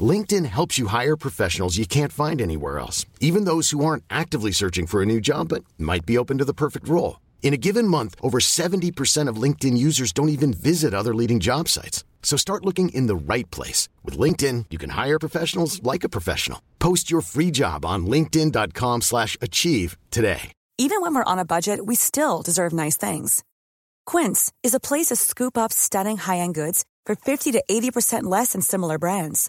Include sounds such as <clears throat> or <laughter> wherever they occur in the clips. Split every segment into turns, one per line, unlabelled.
LinkedIn helps you hire professionals you can't find anywhere else, even those who aren't actively searching for a new job but might be open to the perfect role. In a given month, over 70% of LinkedIn users don't even visit other leading job sites. So start looking in the right place. With LinkedIn, you can hire professionals like a professional. Post your free job on linkedin.com/achieve slash achieve today.
Even when we're on a budget, we still deserve nice things. Quince is a place to scoop up stunning high-end goods for 50 to 80% less than similar brands.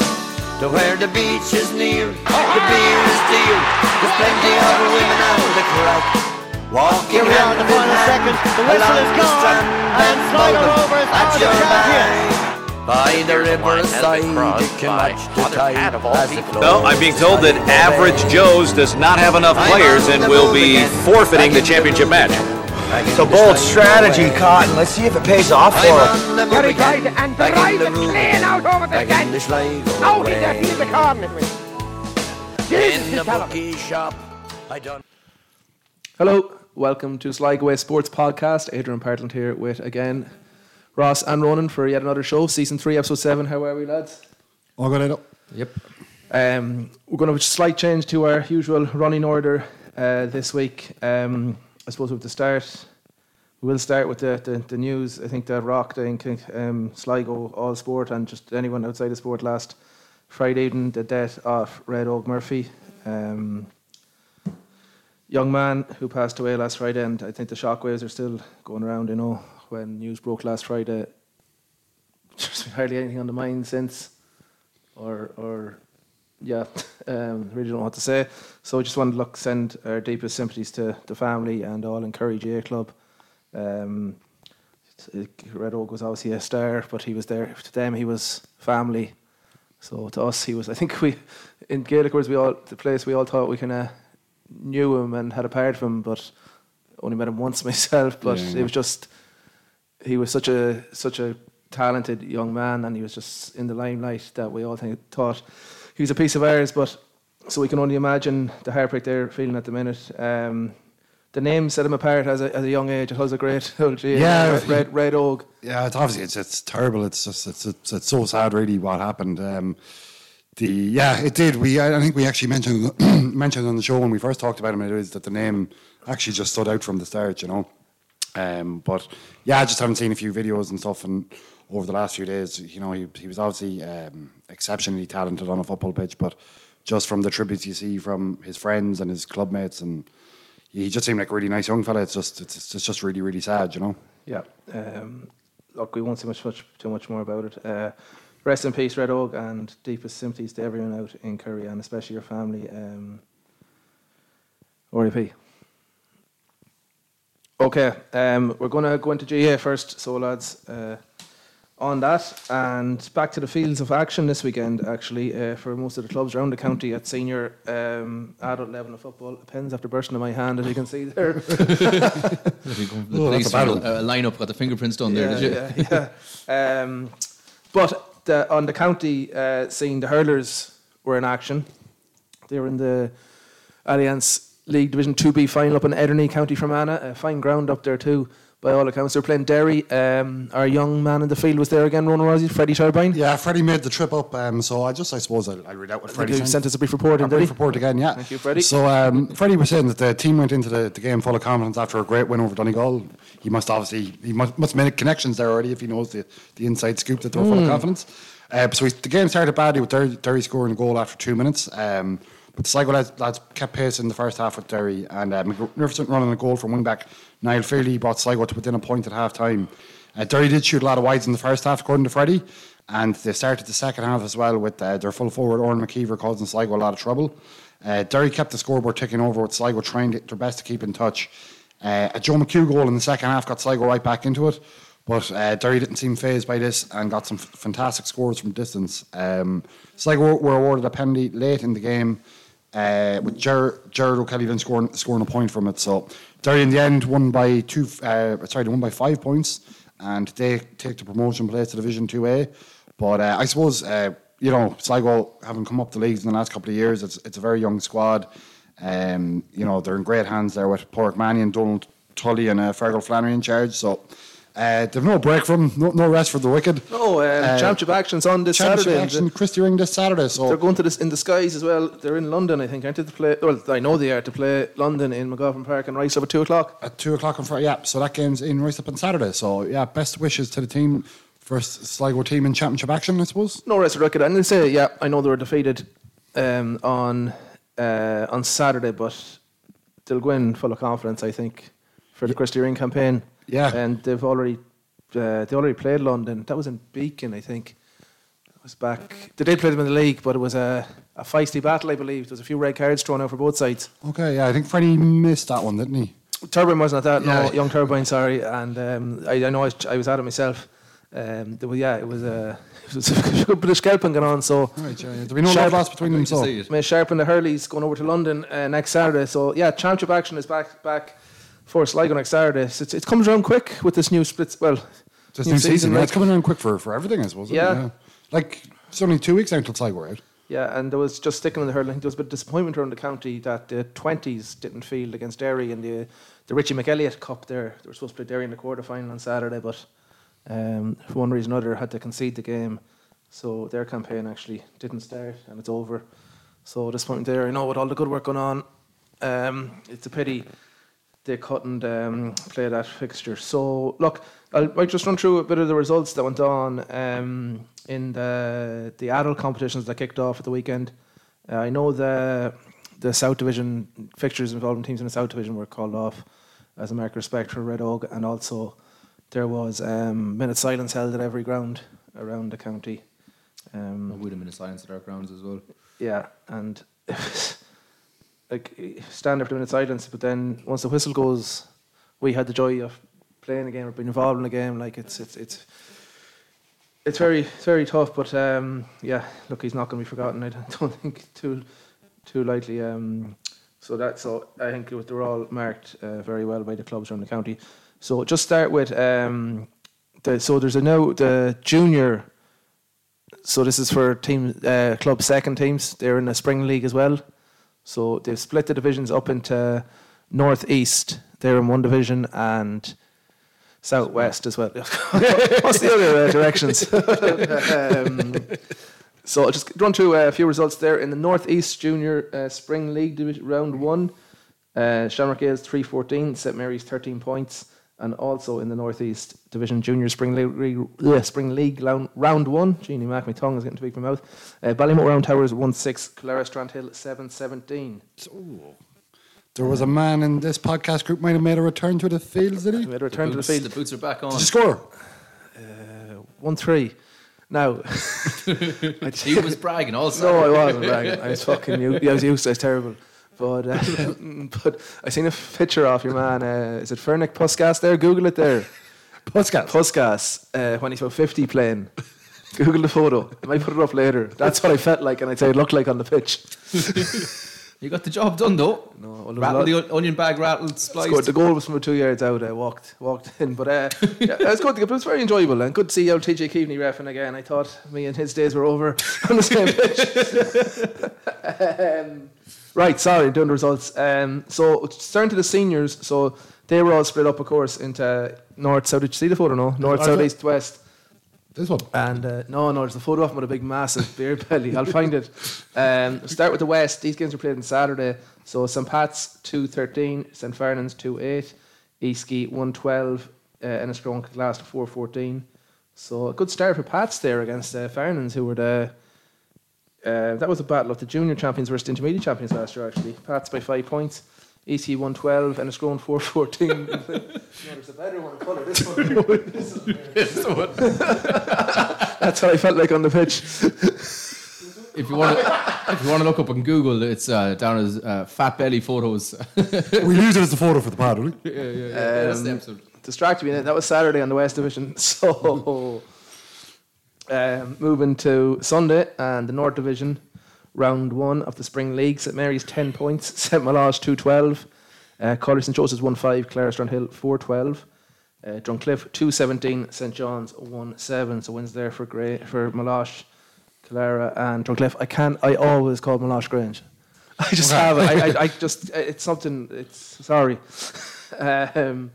to where the beach is near, the beer is dear, there's plenty of women out the crack. Walking
Here we are
hand
in the
in
final
hand
seconds. The whistle
along
is
the
gone,
strand,
and Sligo
Bowden
Rovers
at
are the
your
champion.
back. By the riverside, you can watch the tide as it flows.
Well, I'm being told that
By the
Average
bay.
Joe's does not have enough
I'm
players
on
and
the
will
move
be
again.
forfeiting the
Back into
championship
the
match.
move again. Back into
So
the
bold
strike
strategy,
away.
Cotton. Let's see if it pays off for him.
I'm on the move
Very
again.
tight and
Back in the
Drive
move
clean
again.
out over the
Back in
fence.
the Sligo
Out in
way.
the field, the corner. it was. Jesus,
In
he's
the
terrible.
bookie shop, I done.
Hello, welcome to Sligo Way Sports Podcast. Adrian Partland here with again Ross and Ronan for yet another show, season three, episode seven. How are we, lads?
All good, Edo.
Um, we're going to have a slight change to our usual running order uh, this week. Um, I suppose we have to start. We will start with the, the, the news. I think the Rock, the Inc- um, Sligo, All Sport, and just anyone outside the sport last Friday evening, the death of Red Og Murphy. Um, young man who passed away last Friday, and I think the shockwaves are still going around. You know, when news broke last Friday, there's <laughs> been hardly anything on the mind since, or or yeah, <laughs> um, really don't know what to say. So just want to look send our deepest sympathies to the family and all. Encourage A Club. Um, t- Red Oak was obviously a star, but he was there to them. He was family. So to us, he was. I think we in Gaelic words, we all the place we all thought we kind of knew him and had a part of him, but only met him once <laughs> myself. But it was just he was such a such a talented young man, and he was just in the limelight that we all think, thought he was a piece of ours. But so we can only imagine the heartbreak they're feeling at the minute. Um, the name set him apart as a, as a young age. It was a great <laughs> old
Yeah.
red, red red oak.
Yeah, it's obviously it's, it's terrible. It's just it's, it's it's so sad, really, what happened. Um, the yeah, it did. We I I think we actually mentioned <clears throat> mentioned on the show when we first talked about him. It is that the name actually just stood out from the start, you know. Um, but yeah, I just haven't seen a few videos and stuff, and over the last few days, you know, he he was obviously um, exceptionally talented on a football pitch, but just from the tributes you see from his friends and his club mates, and he just seemed like a really nice young fella. It's just it's, it's just really really sad, you know.
Yeah. Um, look, we won't say much, much too much more about it. Uh, rest in peace, Red Og, and deepest sympathies to everyone out in Curry, and especially your family. Um, RIP. Okay, um, we're going to go into GA first, so lads, uh, on that and back to the fields of action this weekend, actually, uh, for most of the clubs around the county at senior um, adult level of football. Pens after bursting in my hand, as you can see there.
The police uh, line up, got the fingerprints done there, did you?
yeah, yeah,
<laughs>
yeah. Um, but the, on the county uh, scene, the hurlers were in action. They were in the Alliance League Division 2B final up in Ederny, County Fermanagh. Uh, fine ground up there, too, by all accounts. They're playing Derry. Um, our young man in the field was there again, Ronan Rossi, Freddie Turbine.
Yeah, Freddie made the trip up, um, so I just, I suppose, I'll, I'll read out what Freddie
he sent us a brief report in, did
brief
he?
report again, yeah.
Thank you, Freddie.
So um, Freddie was saying that the team went into the, the game full of confidence after a great win over Donegal. He must obviously, he must, must have made connections there already if he knows the, the inside scoop that they're full of confidence. Uh, so he, the game started badly with Derry, Derry scoring a goal after two minutes. Um, but the Sligo lads, lads kept pace in the first half with Derry and uh, magnificent run on a goal from wing back Niall Fairley brought Sligo to within a point at half time. Uh, Derry did shoot a lot of wides in the first half, according to Freddie, and they started the second half as well with uh, their full forward Oran McKeever causing Sligo a lot of trouble. Uh, Derry kept the scoreboard ticking over with Sligo trying to, their best to keep in touch. Uh, a Joe McHugh goal in the second half got Sligo right back into it, but uh, Derry didn't seem phased by this and got some f- fantastic scores from distance. Um, Sligo were awarded a penalty late in the game uh, with Ger- Gerard O'Kelly then scoring, scoring a point from it. So Derry in the end won by two, uh, sorry, they won by five points, and they take the promotion place to Division Two A. But uh, I suppose uh, you know Sligo having come up the leagues in the last couple of years, it's it's a very young squad. Um, you know they're in great hands there with Pork Manny and Donald Tully and uh, Fergal Flannery in charge. So. Uh, they've no break from no, no rest for the wicked.
No, uh, championship action's on this
championship
Saturday.
Action, Christy Ring this Saturday. So
Oh.
They're going to this in the skies as well. They're in London, I think, aren't they? To play, well, I know they are to play London in McGovern Park and Rice up at two o'clock.
at two o'clock on Friday. Yeah, so that game's in Royce up on Saturday. So yeah, best wishes to the team, first Sligo team in championship action, I suppose.
No rest for record. I'm going to say, yeah, I know they were defeated um, on uh, on Saturday, but they'll go in full of confidence, I think, for the Christy Ring campaign.
Yeah.
and they've already uh, they already played London. That was in Beacon, I think. It was back. They did play them in the league, but it was a, a feisty battle, I believe. There was a few red cards thrown out for both sides.
Okay, yeah, I think Freddie missed that one, didn't he?
Turbine wasn't at that.
Yeah.
No, young Turbine. Sorry, and um, I, I know I, was- I was at it myself. Um, there was, yeah, it was a <laughs> it was a good bit of scalping going on. So
Right, yeah, yeah. There'll be no love lost between them. So
May Sharp and the Hurleys going over to London uh, next Saturday. So yeah, championship action is back back for Sligo next Saturday. So it's, it comes around quick with this new split. Well,
this new season, right?
like-
It's coming around quick for, for everything, I suppose. isn't it?
Yeah.
like it's only two weeks now until Sligo are out.
Yeah, and there was just sticking in the hurling. There was a bit of disappointment around the county that the twenties didn't field against Derry in the the Richie McElliott Cup. There, they were supposed to play Derry in the quarter final on Saturday, but um, for one reason or another had to concede the game, so their campaign actually didn't start and it's over. So disappointing there. I know with all the good work going on, um, it's a pity they couldn't um, play that fixture. So look, I'll, I'll just run through a bit of the results that went on um, in the the adult competitions that kicked off at the weekend. Uh, I know the the South Division fixtures involving teams in the South Division were called off as a mark of respect for Red Oak, and also there was um, minute silence held at every ground around the county. Um,
We had a minute silence at our grounds as well.
yeah, and it was like eh, stand there for a minute silence, but then once the whistle goes, we had the joy of playing a game or being involved in a game. Like it's it's it's it's very it's very tough, but um, yeah, look, he's not going to be forgotten. I don't <laughs> think too too lightly. Um, so that so I think it was, they were all marked uh, very well by the clubs around the county. So just start with um, the so there's a now the junior so this is for team uh, club second teams. They're in the spring league as well. So they've split the divisions up into north east. They're in one division and south west as well. <laughs> What's the other uh, directions? <laughs> um, so I'll just run through uh, a few results there in the northeast junior uh, spring league division round one. Uh, Shamrock Gales 314, St Mary's 13 points, and also in the Northeast Division Junior Spring League, uh, Spring League round, round one. Genie Mac, my tongue is getting too big for my mouth. Uh, Ballymote Round Towers 1 6, Clara Strandhill 7 17.
There was a man in this podcast group might have made a return to the fields, did he?
We had a return
Boots-
to the field
The boots are back on.
Did you score?
1 3.
<laughs>
<laughs> Now,
He was bragging also.
no, I wasn't bragging. I was fucking u- yeah, I was used. I was terrible. But uh, <laughs> but I seen a picture of your man. Uh, is it Fernick Puskas there? Google it there.
Puskas.
Puskas, uh, when he's about 50 playing. Google the photo. I might put it up later. That's what I felt like, and I'd say it looked like on the pitch.
<laughs> You got the job done though.
No, well, there was a
rattled
lot-
the on- onion bag rattled, spliced.
Scored. The goal was from two yards out. I walked walked <laughs> in, but uh, yeah, it was good. But it was very enjoyable and good to see old TJ Keaveney reffing again. I thought me and his days were over <laughs> on the same pitch. um, right, sorry, doing the results. Um, so it's turn to the seniors. So they were all split up, of course, into north, south. Did you see the photo? No, north,
I
south,
thought-
east, west.
This <laughs> one.
And uh, no, no, there's a photo of him with a big, massive beer belly. I'll find it. Um, start with the West. These games are played on Saturday. So St. Pat's 213, St. Fernand's 28, Eastgate 112, uh, Enniscrone last 414. So a good start for Pat's there against uh, Fernand's, who were the. Uh, that was a battle of the junior champions versus the intermediate champions last year, actually. Pat's by five points. EC112 and a Scrone <laughs> 414. no, there's a better one in colour. This one. <laughs>
This one.
That's what I felt like on the pitch.
If you want to, if you want to look up on Google, it's uh, down as uh, fat belly photos.
we use it as the photo for the pod, will we?
yeah, yeah, yeah. That's the
Um,
episode.
Distracted me. That was Saturday on the West Division. <laughs> So, um, moving to Sunday and the North Division, round one of the Spring League. St Mary's 10 points, <laughs> St Malage 212, uh, College St Joseph's 1 5, Clare Strandhill 4 12, uh, Drumcliff 2 17, St John's 1 7. So, wins there for Gray, for Malage, Clara, and Drumcliff. I can I always call Malage Grange. <laughs> I just have it. I, I, I just, it's something, it's sorry. <laughs> um,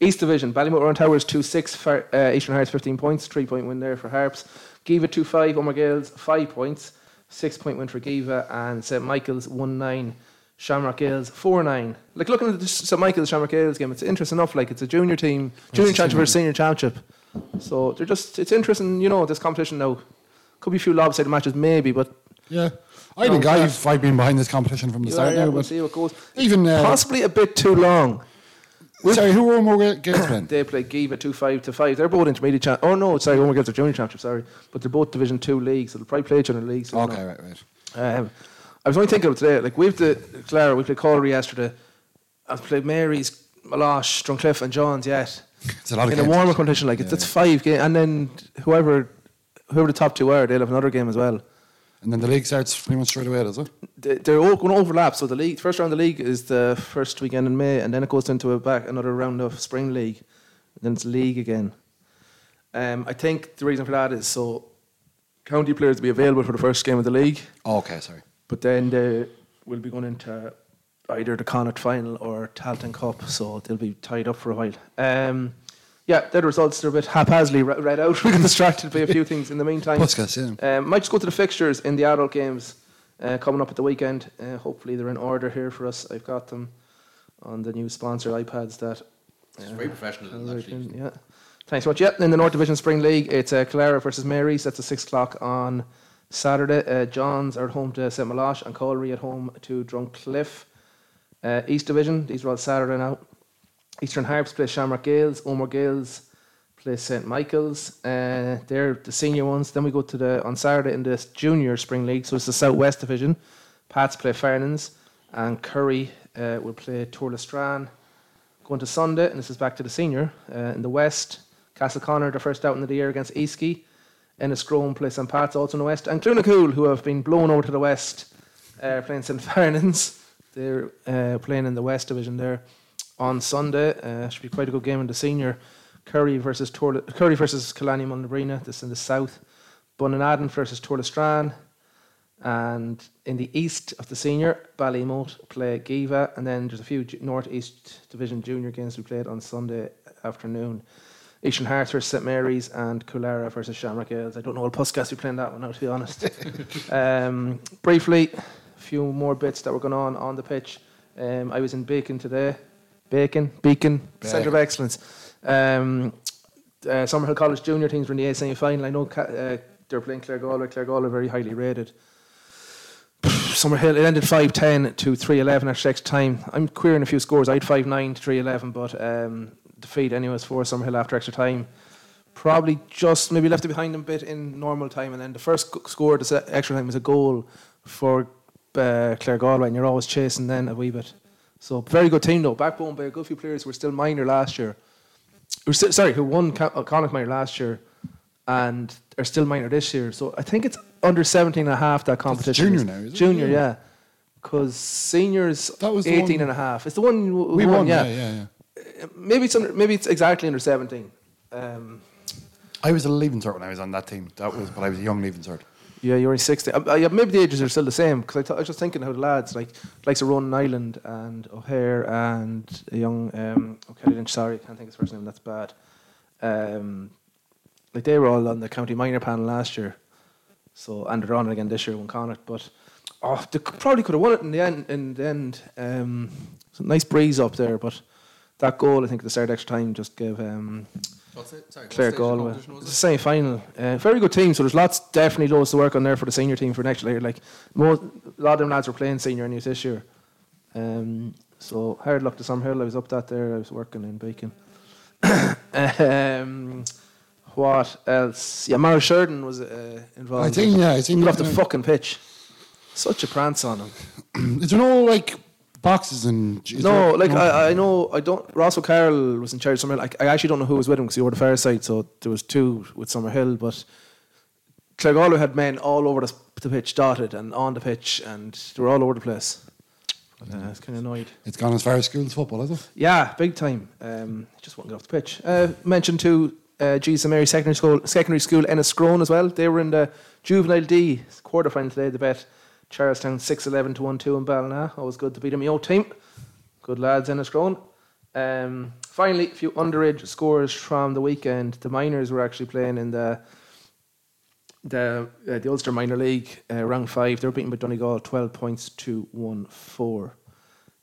East Division, Ballymote Round Towers 2 6, Far, uh, Eastern Hearts 15 points, 3 point win there for Harps. Giva 2 5, Omar Gales 5 points, 6 point win for Giva, and St Michael's 1 9, Shamrock Gales 4 9. Like looking at the St Michael's Shamrock Gales game, it's interesting enough. Like it's a junior team, junior championship versus senior championship. So they're just, it's interesting, you know, this competition now. Could be a few lopsided matches, maybe, but
Yeah. I think
No,
I've, I've been behind this competition from the
you
start
know,
now,
we'll
but
see what goes.
even. Uh,
Possibly a bit too long.
sorry, who were more games playing?
They play Giva two five to five. They're both intermediate. Cha- oh no, sorry, Omagh Gills are junior championship. Sorry, but they're both Division two leagues. So they'll probably play each other in leagues. so
Okay,
no.
right, right.
Um, I was only thinking of today. Like we've the Clara, we played Collery yesterday. I've played Mary's, Malosh, Drumcliff, and Johns yet.
It's a lot of
in
games.
a warmer competition like it,
Yeah,
that's
yeah.
five games, and then whoever whoever the top two are, they'll have another game as well.
And then the league starts pretty much straight away, does it?
They- They're all going to overlap. So the league, first round of the league is the first weekend in May, and then it goes into a back another round of spring league, and then it's league again. Um, I think the reason for that is so county players will be available for the first game of the league,
Oh, okay, sorry.
but then they will be going into either the Connacht final or Talton Cup, so they'll be tied up for a while. Um, yeah, the results are a bit haphazardly re- read out. <laughs> We got distracted by a few things in the meantime.
Puskas, yeah.
Um, might just go to the fixtures in the adult games uh, coming up at the weekend. Uh, hopefully they're in order here for us. I've got them on the new sponsor iPads that.
It's very professional, actually.
Yeah. Thanks so much. Yep, in the North Division Spring League, it's uh, Clara versus Mary's. That's at 6 o'clock on Saturday. Uh, Johns are at home to St. Malosh and Collery at home to Drumcliff. Uh, East Division, these are all Saturday now. Eastern Harps play Shamrock Gales, Omar Gales play St Michael's. Uh, they're the senior ones. Then we go to the on Saturday in the junior spring league, so it's the Southwest Division. Pats play Fernands and Curry uh, will play Torlestran. Going to Sunday, and this is back to the senior uh, in the West. Castle Connor, the first outing of the year against Eastkey. Enniscrone play St Pat's also in the West, and Clunacool, who have been blown over to the West, uh, playing St <laughs> Fernands. They're uh, playing in the West Division there on Sunday. Uh, should be quite a good game in the senior. Curry versus Torla- Curry versus Killarney Mundabrina. This in the South. Bunanaden versus Torlestran. And in the east of the senior, Ballymote play Giva, and then there's a few ju- North East Division junior games to be played on Sunday afternoon. Eastern Hearts versus St Mary's and Kulara versus Shamrock Gales. I don't know what Puskas be playing that one now, to be honest. um, briefly, a few more bits that were going on on the pitch. Um, I was in Bacon today. Bacon, Beacon, Centre of Excellence. Um, uh, Summerhill College junior teams were in the A semi final. I know Ca- uh, they're playing Clare Galway. Clare Galway are very highly rated. Summerhill, it ended 5-10 to 3-11 at extra time. I'm querying a few scores. I had 5-9 to 3-11, but um, defeat anyways for Summerhill after extra time. Probably just maybe left it behind a bit in normal time, and then the first g- score at the se- extra time was a goal for uh, Clare Galway, and you're always chasing then a wee bit. So very good team though, backbone by a good few players who were still minor last year. Who sti- sorry, who won Con- uh, Connacht minor last year, and are still minor this year. So I think it's under 17 and a half that competition.
junior now, is it?
Junior,
Yeah.
yeah. Because seniors
That was the
18
one-
and a half. It's the one you w-
We
won,
won,
yeah.
yeah, yeah, yeah.
Maybe it's under, maybe it's exactly under 17. Um,
I was a leaving cert when I was on that team. That was, but I was a young leaving cert.
yeah, you're in 16. Uh, uh, yeah, maybe the ages are still the same because I, th- I was just thinking how the lads like likes of Ronan Island and O'Hare and a young um, O'Kelly Lynch. Sorry, I can't think of his first name. That's bad. Um, like they were all on the county minor panel last year, so and they're on it again this year when Connacht. But oh, they c- probably could have won it in the end. In the end, um, it's a nice breeze up there, but that goal I think at the start of extra time just gave. Um,
What's it? Sorry, what
Clare
stage of
Galway.
competition was
It's a
it?
semi final. Uh, very good team, so there's lots, definitely loads to work on there for the senior team for next year. Like, most, a lot of them lads were playing senior and youth this year. Um, So hard luck to Sam Hill. I was up that there. I was working in baking. um, what else? Yeah, Mario Sheridan was uh, involved.
I think, yeah, I think-
he off the
yeah.
fucking pitch. Such a prance on him.
<clears throat> Is there no like boxes and is
No,
there-
like I, I know I don't. Ross O'Carroll was in charge of Summerhill. I, I actually don't know who was with him because he were the far side, so there was two with Summerhill. But Clegollo had men all over the, s- the pitch, dotted and on the pitch, and they were all over the place. But, uh, it's kind of annoyed.
It's gone as far as school's football, has it?
Yeah, big time. Um, just won't get off the pitch. Uh, mentioned to uh, Jesus Mary Secondary School, Secondary School, Enniscrone as well. They were in the Juvenile D quarter final today. They bet Charlestown 6-11 to one two in Ballina. Always good to beat them. Your team, good lads, Enniscrone. Um, finally, a few underage scores from the weekend. The minors were actually playing in the the uh, the Ulster Minor League uh, round five. They were beaten by Donegal twelve points to one four.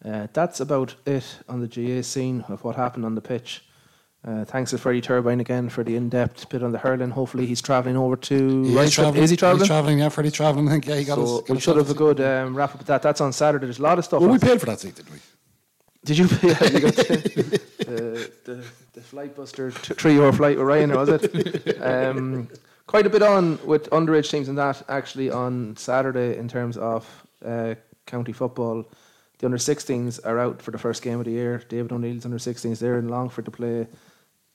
Uh, that's about it on the GA scene of what happened on the pitch. Uh, thanks to Freddie Turbine again for the in-depth bit on the hurling. Hopefully he's travelling over to.
He
Right,
is travelling.
Is he travelling?
He's travelling, yeah, Freddie travelling. I think, <laughs> yeah, he got
so
his.
we should have a good um, wrap up with that. That's on Saturday. There's a lot of stuff.
Well,
on
we paid for that seat,
<laughs>
didn't we?
Did you? <laughs> Yeah, you got the, the, the flight buster t- three-hour flight with Ryanair, was <laughs> it? Um, quite a bit on with underage teams and that actually on Saturday in terms of uh, county football. The under 16s are out for the first game of the year. David O'Neill's under 16s there in Longford to play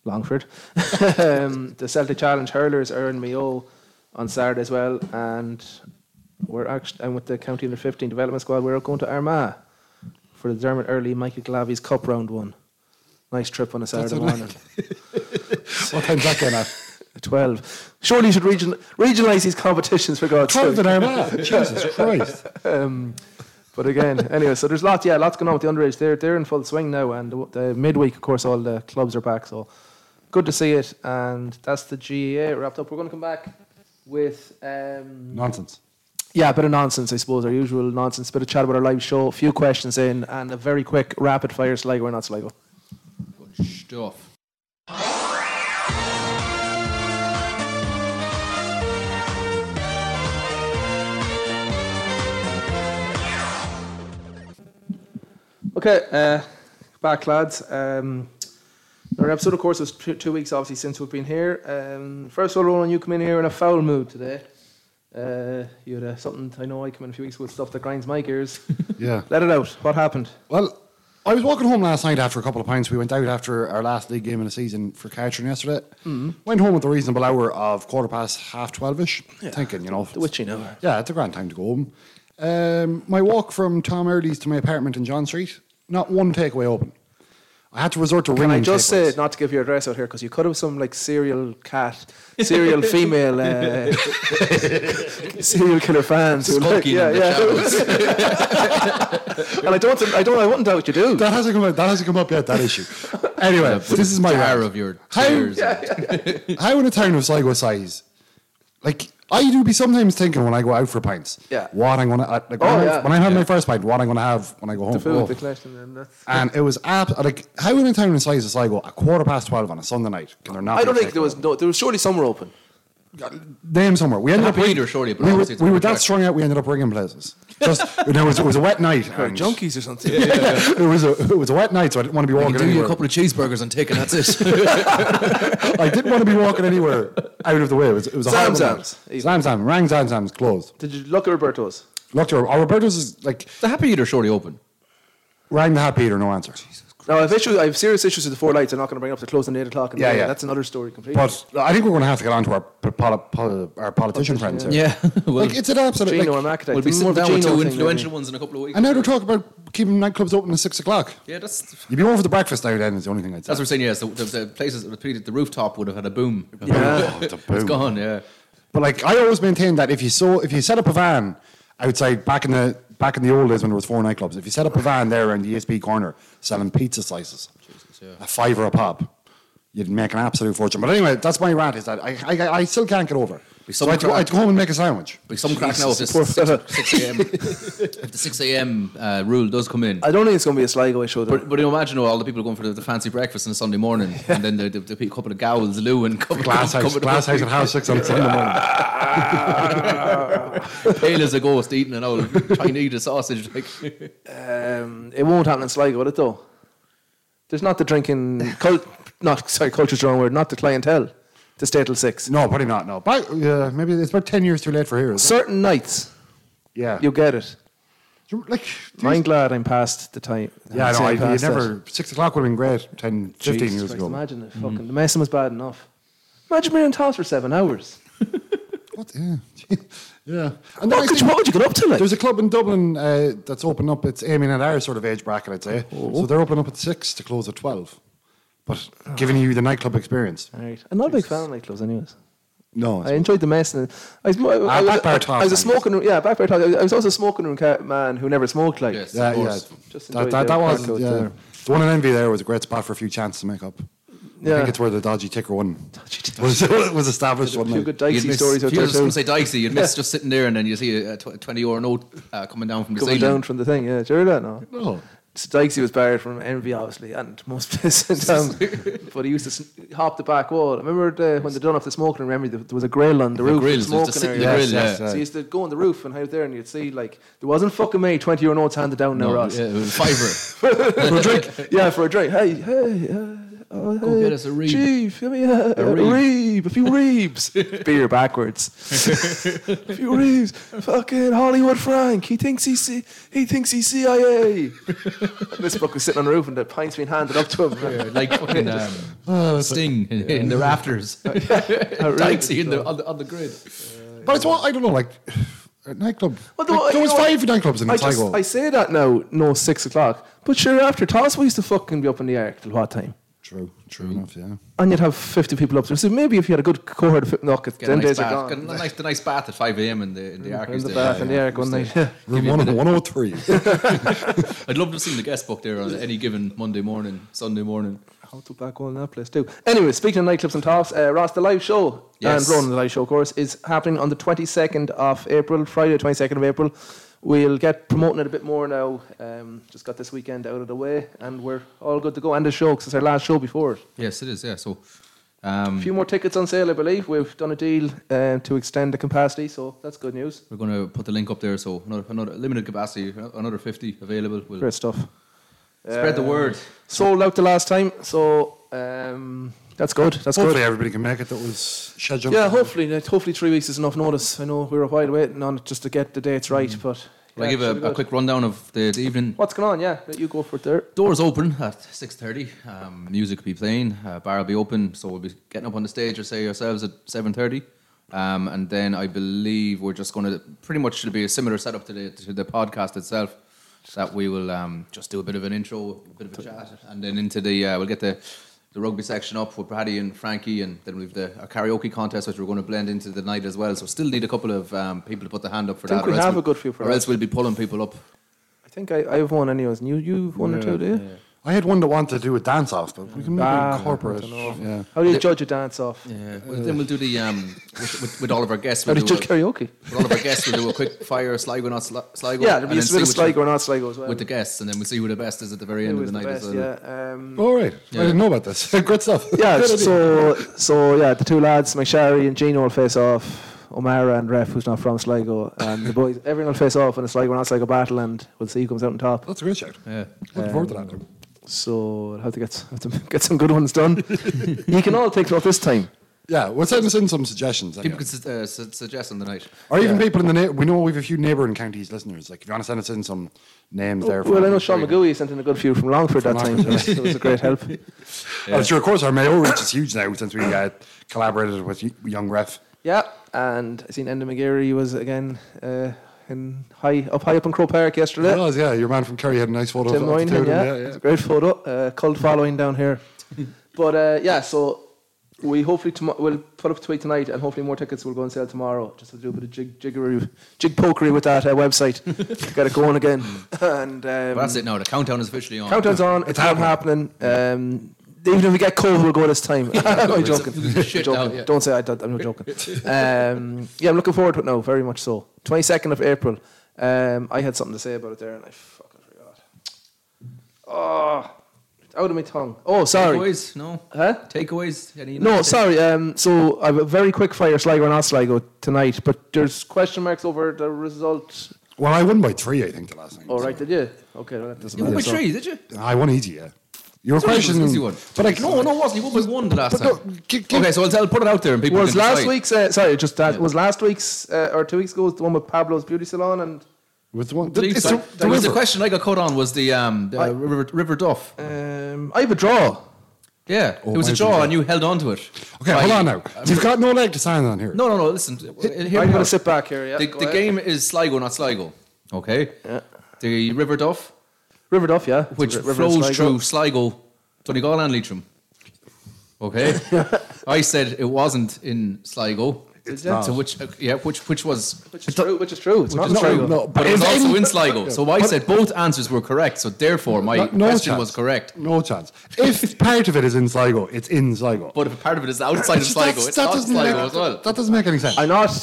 Longford. <laughs> um, the Celtic Challenge hurlers are in Mayo on Saturday as well, and we're actually and with the county under 15 development squad, we're out going to Armagh for the Dermot Early Michael Glavy's Cup round one. Nice trip on a Saturday
a
morning.
What time's that game at?
Twelve. Surely you should region, regionalise these competitions for God's sake.
Twelve in <laughs> Armagh. Jesus Christ.
Um, but again, anyway, so there's lots, yeah, lots going on with the underage. They're they're in full swing now, and the, the midweek, of course, all the clubs are back. So good to see it, and that's the GEA wrapped up. We're going to come back with um,
Nonsense.
yeah, a bit of nonsense, I suppose, our usual nonsense, bit of chat about our live show, a few questions in, and a very quick rapid fire Sligo or not Sligo.
Good stuff.
Okay, uh, back lads. Um, our episode, of course, was two, two weeks obviously since we've been here. Um, first of all, Roland, you come in here in a foul mood today. Uh, you had uh, something I know I come in a few weeks ago with stuff that grinds my gears. <laughs>
Yeah.
Let it out. What happened?
Well, I was walking home last night after a couple of pints. We went out after our last league game in the season for Catron yesterday.
Mm-hmm.
Went home at the reasonable hour of quarter past half twelve ish, thinking, you know,
The witching hour.
yeah, it's a grand time to go home. Um, my walk from Tom Early's to my apartment in John Street, not one takeaway open. I had to resort to
Can
ringing.
I just
takeaways.
say not to give your address out here because you could have some like serial cat, serial female, uh, serial killer fans. who like-
Skulking in the
<laughs> and I don't, I don't, I wouldn't doubt you do.
that hasn't come up. That hasn't come up yet. That issue. Anyway, this is my
jar
rant.
of your
How-
tears.
How in a town of Sligo size, like I do be sometimes thinking when I go out for pints,
Yeah.
what I'm gonna uh, like when,
Oh,
I,
yeah.
when I have my first pint, what I'm gonna have when I go home.
the food,
Oh.
the collection, and that's.
and it was ab- like how in a town of size of Sligo, a quarter past twelve on a Sunday night, can there not?
I
be a
don't think there
takeaway?
was no. There was surely some were open.
name somewhere. We ended
Not
up ringing-
Breeder, surely, but
we were,
obviously it's a
we were
contract.
that strung out. We ended up ringing places. Just you know, it was, it was a wet night. and-
or something.
It was a it was a wet night, so I didn't want to be walking
Do you
anywhere.
a couple of cheeseburgers and take it, that's it.
<laughs> I didn't want to be walking anywhere out of the way. It was, it was a horrible
Zamzams.
night. Zam Zam, rang Zam Zam's closed.
Did you look at Roberto's?
Looked to our Roberto's is like
the Happy Eater surely open.
rang the happy eater, no answer.
Now I've issues. I have serious issues with the four lights. I'm not going to bring up the closing at eight o'clock. In the
Yeah,
day.
yeah.
That's another story completely.
But I think we're going to have to get on to our p- poli- poli- our politician friends here.
Yeah. <laughs> well,
like it's an absolute.
Gino
like-
and Macadam.
we'll be
It's more
sitting
of
down
a
with
Gino
two
thing,
influential
maybe.
ones in a couple of weeks.
and now they're talking about keeping nightclubs open at six o'clock.
Yeah, that's
You'd be over for the breakfast now. Then is the only thing I'd say.
That's what we're saying, yes. The, the, the places, repeated, the rooftop would have had a boom. <laughs>
Yeah.
Oh, the
It's
boom.
gone, yeah.
But like I always maintain that if you saw if you set up a van outside back in the back in the old days when there was four nightclubs, if you set up a van there around the ESP corner selling pizza slices, a fiver a pop, you'd make an absolute fortune. But anyway, that's my rant is that I I, I still can't get over. So I'd, go- I'd go home and make a sandwich.
Like some crack now if
Jesus,
this
poor
six,
<laughs> fella.
6 a.m. if the 6 a.m. Uh, rule does come in.
I don't think it's going to be a Sligo show. Though.
But, but you imagine oh, all the people going for the, the fancy breakfast on a Sunday morning, and then the, the, the couple of gowls, Lou, and couple
<laughs>
Glass
couple
house,
of
glass house at half six on Sunday morning.
pale as a ghost eating an old Chinese sausage.
<laughs>
Like,
Um, it won't happen in Sligo, will it? Though there's not the <laughs> drinking, cult, not sorry, culture's the wrong word. Not the clientele to stay till six.
No, probably not. No, but uh, maybe it's about ten years too late for here. Is it?
Certain nights,
Yeah,
you get it.
like
I'm glad I'm past the time.
yeah, no, I,
I'm
you
past that.
never six o'clock would have been great 10, 15
Jesus
years
Christ,
ago. Hmm.
Imagine it. Fucking the messing was bad enough. Imagine being on toss for seven hours.
What? Yeah, <laughs> yeah. And then I
What, could you,
think-
what would you get up to? Like?
There's a club in Dublin uh, that's opening up. It's aiming at our sort of age bracket, I'd say.
Oh.
So they're opening up at six to close at twelve, but giving you the nightclub experience.
All right. I'm not a big fan of nightclubs, anyways.
No,
I enjoyed the mess. And I was, mo- I,
Ah,
was,
back bar
I,
talk,
was a
man.
smoking room. Yeah, back bar talk. I was, I was also a smoking room ca- man who never smoked. Like,
Yes.
yeah,
Of
yeah.
course.
Just
That,
enjoyed
that,
the
that was
crowd
yeah.
there.
The one in Envy there was a great spot for a few chances to make up. I
Yeah.
think it's where the dodgy ticker one <laughs> was, was established one
few
night.
good
you'd
dicey
miss-
stories out
if you
there
were just going
too.
to say dicey, you'd miss just sitting there, and then you see a tw- 20 euro note uh, coming down from Oh, the
Coming
ceiling.
down from the thing. Yeah, do you remember that? No.
<laughs>
No.
So Dykesy was barred from envy, obviously, and most places in town. <laughs> but he used to sn- hop the back wall. I remember the, when they done off the smoking room, remember there there was a grill on the roof.
grill,
smoking
just sitting in
area.
the grill, yeah.
So you used to go on the roof and out there, and you'd see, like, there wasn't fucking me 20 euro notes handed down now,
No,
Ross.
yeah, it was fiver.
for a drink. Yeah, for a drink. Hey, hey, uh, oh,
Go
hey,
get us a reeb.
Chief, give me a, a,
reeb.
reeb, a few
<laughs>
reebs. Beer backwards. a few reebs. Fucking Hollywood Frank. He thinks he's C- he thinks he's CIA. and this fuck was sitting on the roof, and the pint's being handed up to him.
like fucking um,
<laughs>
Uh,
Sting in, in the rafters. dicey in the,
uh,
on, the, on the grid.
But it's what I don't know, like <sighs> a nightclub.
Well,
like,
you
there was
know what?
five nightclubs in
I, just,
Sligo.
I say that now, no six o'clock. But sure, after toss, we used to fucking be up in the air till what time?
True,
Mm.
true enough. Yeah.
And you'd have 50 people up there. So maybe if you had a good cohort of knock, it,
Get a
then
nice
days are
bath.
gone.
Get a nice, the nice bath at 5 a.m. in the, in the Arcus
in
there.
the bath and the air one night. Yeah.
Room one, <laughs> 103.
I'd love to have seen the guest book there on any given Monday morning, Sunday morning.
How to back wall in that place too. Anyway, speaking of nightclubs and tops, uh, Ross, the live show
Yes.
and Ronan, the live show, of course, is happening on the 22nd of April, Friday, 22nd of April. We'll get promoting it a bit more now. Um, just got this weekend out of the way, and we're all good to go. And the show, 'cause it's our last show before it.
Yes, it is. Yeah. So,
A
um,
few more tickets on sale, I believe. We've done a deal um, to extend the capacity, so that's good news.
we're going to put the link up there. So another, another limited capacity, another 50 available. We'll
Great stuff.
spread the word.
Sold out the last time, so um, that's good. That's good.
Hopefully, everybody can make it. That was scheduled.
Yeah, hopefully, like, hopefully three weeks is enough notice. I know we were a while waiting on it just to get the dates right, but
Will Mm. I
yeah,
give
should be
a, a
good.
quick rundown of the, the evening.
What's going on? Yeah, you go for it there.
Doors open at 6.30. Um, music will be playing. Uh, bar will be open. So we'll be getting up on the stage or say ourselves at 7.30. Um, and then I believe we're just going to pretty much it'll be a similar setup to the, to the podcast itself. That we will um, just do a bit of an intro, a bit of a chat, and then into the uh, we'll get the the rugby section up with Paddy and Frankie, and then we've the a karaoke contest which we're going to blend into the night as well. So still need a couple of um, people to put the hand up for
Think
that.
we
or else
have
we'll-
a good few for
or
that.
else we'll be pulling people up
I think I, I've won anyways. And you, you've won or two, do you?
I had one that wanted to do a dance off, but we can make
Ah,
it incorporate. Yeah.
How do you judge a dance off?
Yeah, well, then we'll do the um with, with, with all of our guests.
How <laughs>
We'll
do you
do
judge
a,
karaoke?
with all of our guests, we'll do a quick fire Sligo not Sli- Sligo.
Yeah, there'll
and
be
then
a bit of
see which-
Sligo or not Sligo as well.
with the guests, and then we'll see who the best is at the very end
Who
of the
is the
night. as
best?
well.
Yeah. Um,
All right.
Yeah.
I didn't know about this. <laughs> Great stuff.
<laughs> yeah,
Good idea.
so, so yeah, the two lads, McSharry and Gino will face off. O'Mara and Ref, who's not from Sligo, and the boys, everyone will face off in a Sligo or not Sligo battle, and we'll see who comes out on top.
That's a great shout.
Yeah.
Looking forward to that.
Um,
Now.
So I'll have to get have to get some <laughs> good ones done. you can all take it off this time.
Yeah, well, send us in some suggestions.
People
anyway.
could su- uh, su- suggest on the night.
Or even people in the na- we know we have a few neighbouring counties listeners. Like if you want to send us in some names there,
Oh, well, I know Sean McGooey sent in a good few from Longford that time.
Longford,
so it was a great help.
I'm sure, of course, our Mayo reach is huge now since we uh, collaborated with Y- Young Ref.
Yeah, and I seen Enda McGarry was again uh, in high up high up in Crow Park yesterday.
Oh, yeah, your man from Kerry had a nice photo.
Tim
of the two
Moynihan,
of
yeah,
them,
It's a great photo. Uh, cult following down here. but uh, yeah, so we hopefully tomo- we'll put up a tweet tonight, and hopefully more tickets will go on sale tomorrow. Just to do a bit of jig jiggery, jig pokery with that uh, website. Got it going again. and
But
um,
that's it now. The countdown is officially on.
Countdown's on. It's, not happening. Um, Even if we get COVID, we'll go
<laughs>
this time. I'm
it's-
joking.
it's <laughs>
I'm
shit
joking.
now, yeah.
Don't say I, don't- I'm not joking.
<laughs>
Um, yeah, I'm looking forward to it now, very much so. 22nd of April. Um, I had something to say about it there, and I fucking forgot. Oh, it's out of my tongue. Oh, sorry.
Takeaways? No.
Huh?
Takeaways? Any
No,
take-
sorry. Um, so I have a very quick fire Sligo and not Sligo tonight, but there's question marks over the result.
Well, I won by three, I think, the last night.
All Oh, right, did you? Okay, well, that doesn't
You won by
matter. So-
three, did you?
I won easy, yeah. Your
Sorry, it was
question,
an easy one.
but like, no,
No, no, it wasn't. He won by one the last
But no,
time.
gi- gi-
okay, so I'll, I'll put it out there and people
was
can
last
decide.
week's uh, sorry, just that was last week's uh, or two weeks ago was the one with Pablo's beauty salon and
with the one,
Believe
it's
so.
the, the
There was the
river.
question I got caught on was the um, the, uh, River, River Duff.
um, I have a draw.
Yeah,
Oh,
it was a
I
jaw
believe
and you held on to it.
Okay,
By-
hold on now. You've got no leg to stand on here.
No, no, no. Listen, here
I'm
we
going
are.
to sit back here. Yeah,
The,
go
the
ahead.
game is Sligo, not Sligo. Okay.
Yeah.
The River Duff,
River Duff, yeah, It's
which
a river in
flows
Sligo.
through Sligo, Donegal, and Leitrim.
<laughs>
Okay. I said it wasn't in Sligo.
It's not.
So which, uh, yeah, which which was
Which is true. Which is true. It's not
is
in
true.
Sligo.
No,
But it was
if
also
any-
in Sligo. So I said both answers were correct. So therefore, my
No- no
question
chance.
was correct.
No chance. If part of it is in Sligo, it's in Sligo.
But if a part of it is outside of
<laughs>
That's-
Sligo, it's not
doesn't
Sligo
make,
as well.
That doesn't make any sense.
I not.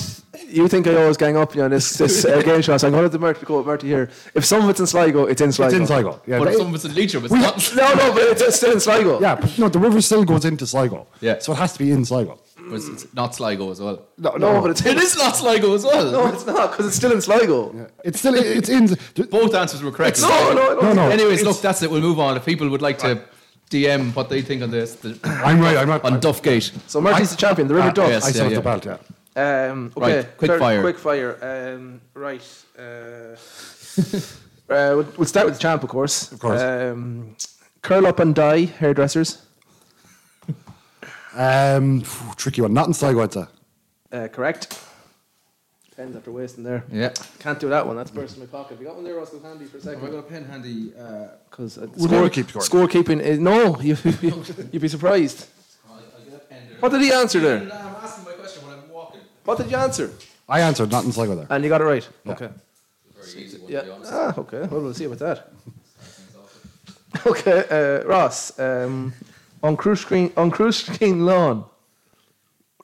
You think I always gang up you on this
<laughs>
this uh, game shots? I'm going to Murphy go with Murphy here. If some of it's in Sligo, it's in Sligo.
It's in Sligo. Yeah,
But if
it-
some of it's in Leitrim, it's
We-
not.
No, no, but it's, it's still in Sligo.
yeah, but no, the river still goes into Sligo.
Yeah.
So it has to be in Sligo.
But it's, it's not Sligo as well.
No, no, but it's
It is not Sligo as well.
no, it's not because it's still in Sligo.
It's still, it's in.
Both answers were correct.
No, no, no,
No, no.
Anyways,
it's-
look, that's it. We'll move on. If people would like to DM what they think on this,
<clears throat>
the,
I'm right, I'm not-
on Duffgate.
So Murphy's the champion. The River
Ah,
Duff.
yes.
I saw
yeah,
it
yeah.
about, yeah.
Um,
Right,
okay,
quick
third-
fire.
Quick fire. Um, right. Uh, <laughs> uh, we'll, we'll start with the champ, of course. Of
course.
Um, curl up and die, hairdressers.
Um, phew, tricky one. Not in Sligo, I'd say.
Uh, correct. Pens after wasting there.
Yeah.
Can't do that one. That's burst in my pocket. Have you got one there, Russell, handy for a second?
a pen handy. Uh,
Because uh,
We'll never keep score.
scorekeeping is no. <laughs> You, you, you'd be surprised. What did he answer there?
I'm asking my question when I'm walking.
What did you answer?
I answered not in Sligo there.
And you got it right. Okay.
Very easy one,
Yeah.
to be honest.
Ah, okay. Well, we'll see about <laughs> that. okay, uh, Ross. Um, on cruise screen, on cruise screen lawn,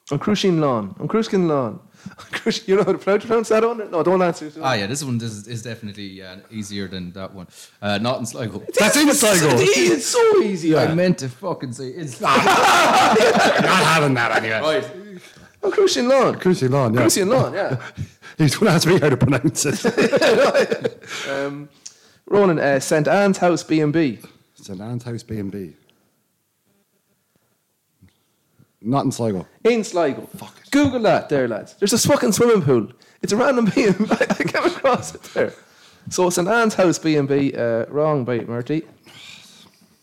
on cruise screen lawn, on cruise screen lawn. <laughs> On cruise, you know how to pronounce- pronounce that one? No, don't answer. it.
Ah, yeah, this one is, is definitely uh, easier than that one. Uh, not in Sligo.
That's in Sligo.
It's, it's so easy.
<laughs> I
Yeah.
meant to fucking say in
<laughs> not having that anyway.
Ah, Right.
On cruise screen lawn, cruise
Crucian Lawn, yeah.
screen lawn. Yeah.
<laughs> He's going to ask me how to pronounce it. <laughs>
um, Ronan, uh, St Anne's House B and B.
St Anne's House B&B. Not in Sligo.
in Sligo. Google that there, lads. There's this fucking swimming pool. It's a random <laughs> B and I I came across it there. So it's an Anne's House B and B. Uh, wrong by Murty.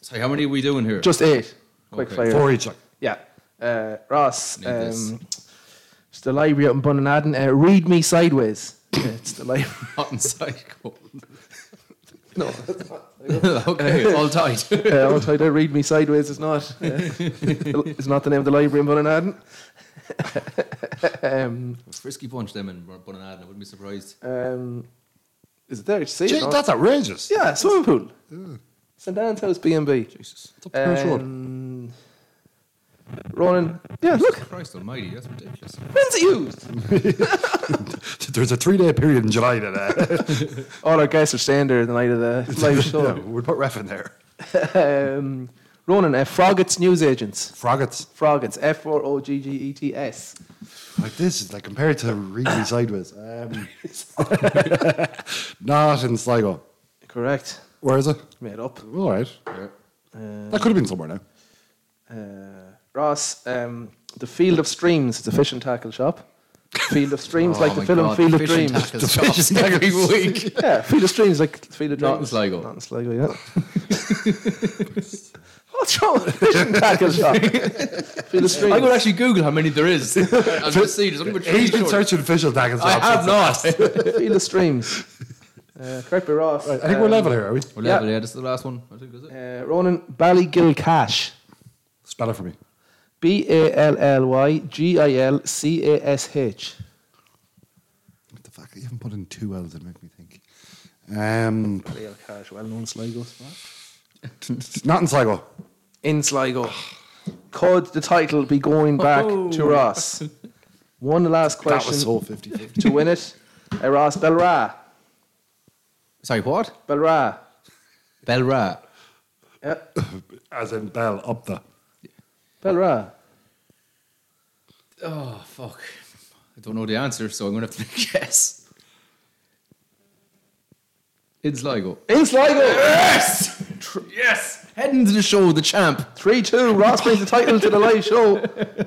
Sorry, how many are we doing here?
Just eight. Quick
Okay.
fire.
For each. Like,
Yeah. Uh, Ross.
Need this.
Um, it's the library up in Bunnaden. Uh, read me sideways. <laughs> Yeah, it's the
<laughs>
library.
not in Sligo.
<laughs> No,
<laughs> okay, all tied. <laughs>
uh, I'll tell you, that, read me sideways. It's
<laughs>
not. Uh, it's not the name of the library in Bunnaden.
Frisky punch them in Bunanad, I wouldn't be surprised.
Um, is it there? Did you see it?
Gee,
No.
that's outrageous.
Yeah, swimming pool. St Anne's House B and B.
Jesus.
It's up Parish Road.
Um, Ronan, yeah, look,
Christ almighty, that's ridiculous.
when's it
<laughs>
used?
There's a three-day period in July that uh, <laughs>
All our guests are staying there the night of the live
yeah,
show.
we'll put ref in there.
um, Ronan, uh, Froggett's News Agents.
Froggets.
Froggett's, F R O G G E T S.
Like this is like compared to <coughs> really sideways. <laughs> Um, not in Sligo.
Correct.
Where is it?
Made up.
All right. That could have been somewhere now.
Uh, Ross, um, the Field of Streams, it's a fish and tackle shop. Field of
<laughs>
Streams,
Oh
like the film Field of Dreams. <laughs>
Fish <laughs> every week.
Yeah, Field of Streams, like Field of Dreams.
Not in Sligo.
Not in Sligo, yeah. <laughs> What's wrong with fish and tackle shop? Field of Streams.
I could actually Google how many there
<laughs>
is. I'll just see. There's only about three
He's been
short.
searching official tag and
I
stuff.
have not.
<laughs>
Field of Streams. Uh, correct by Ross. Um,
I think we're level here, are we?
yeah. yeah, this is the last one. I think that's
<laughs>
it.
Uh, Ronan Ballygill Cash.
Spell it for me.
B A L L Y G I L C A S H.
What the fuck? You haven't put in two L's that make me think. Um, <laughs>
Ballygill Cash, well known Sligo spot.
not in Sligo.
in Sligo. Could the title be going back to <laughs> Ross? One last
That was
question
so 50-50.
to win it. Uh, Ross Belra.
Sorry, what?
Belra.
Belra.
Yep.
As in Bell up the.
Belra.
Oh fuck! I don't know the answer, so I'm gonna have to <laughs> make a guess. In Sligo.
In Sligo.
Yes. Tr- yes. Heading to the show, the champ.
3 2. Ross brings the title to the live show.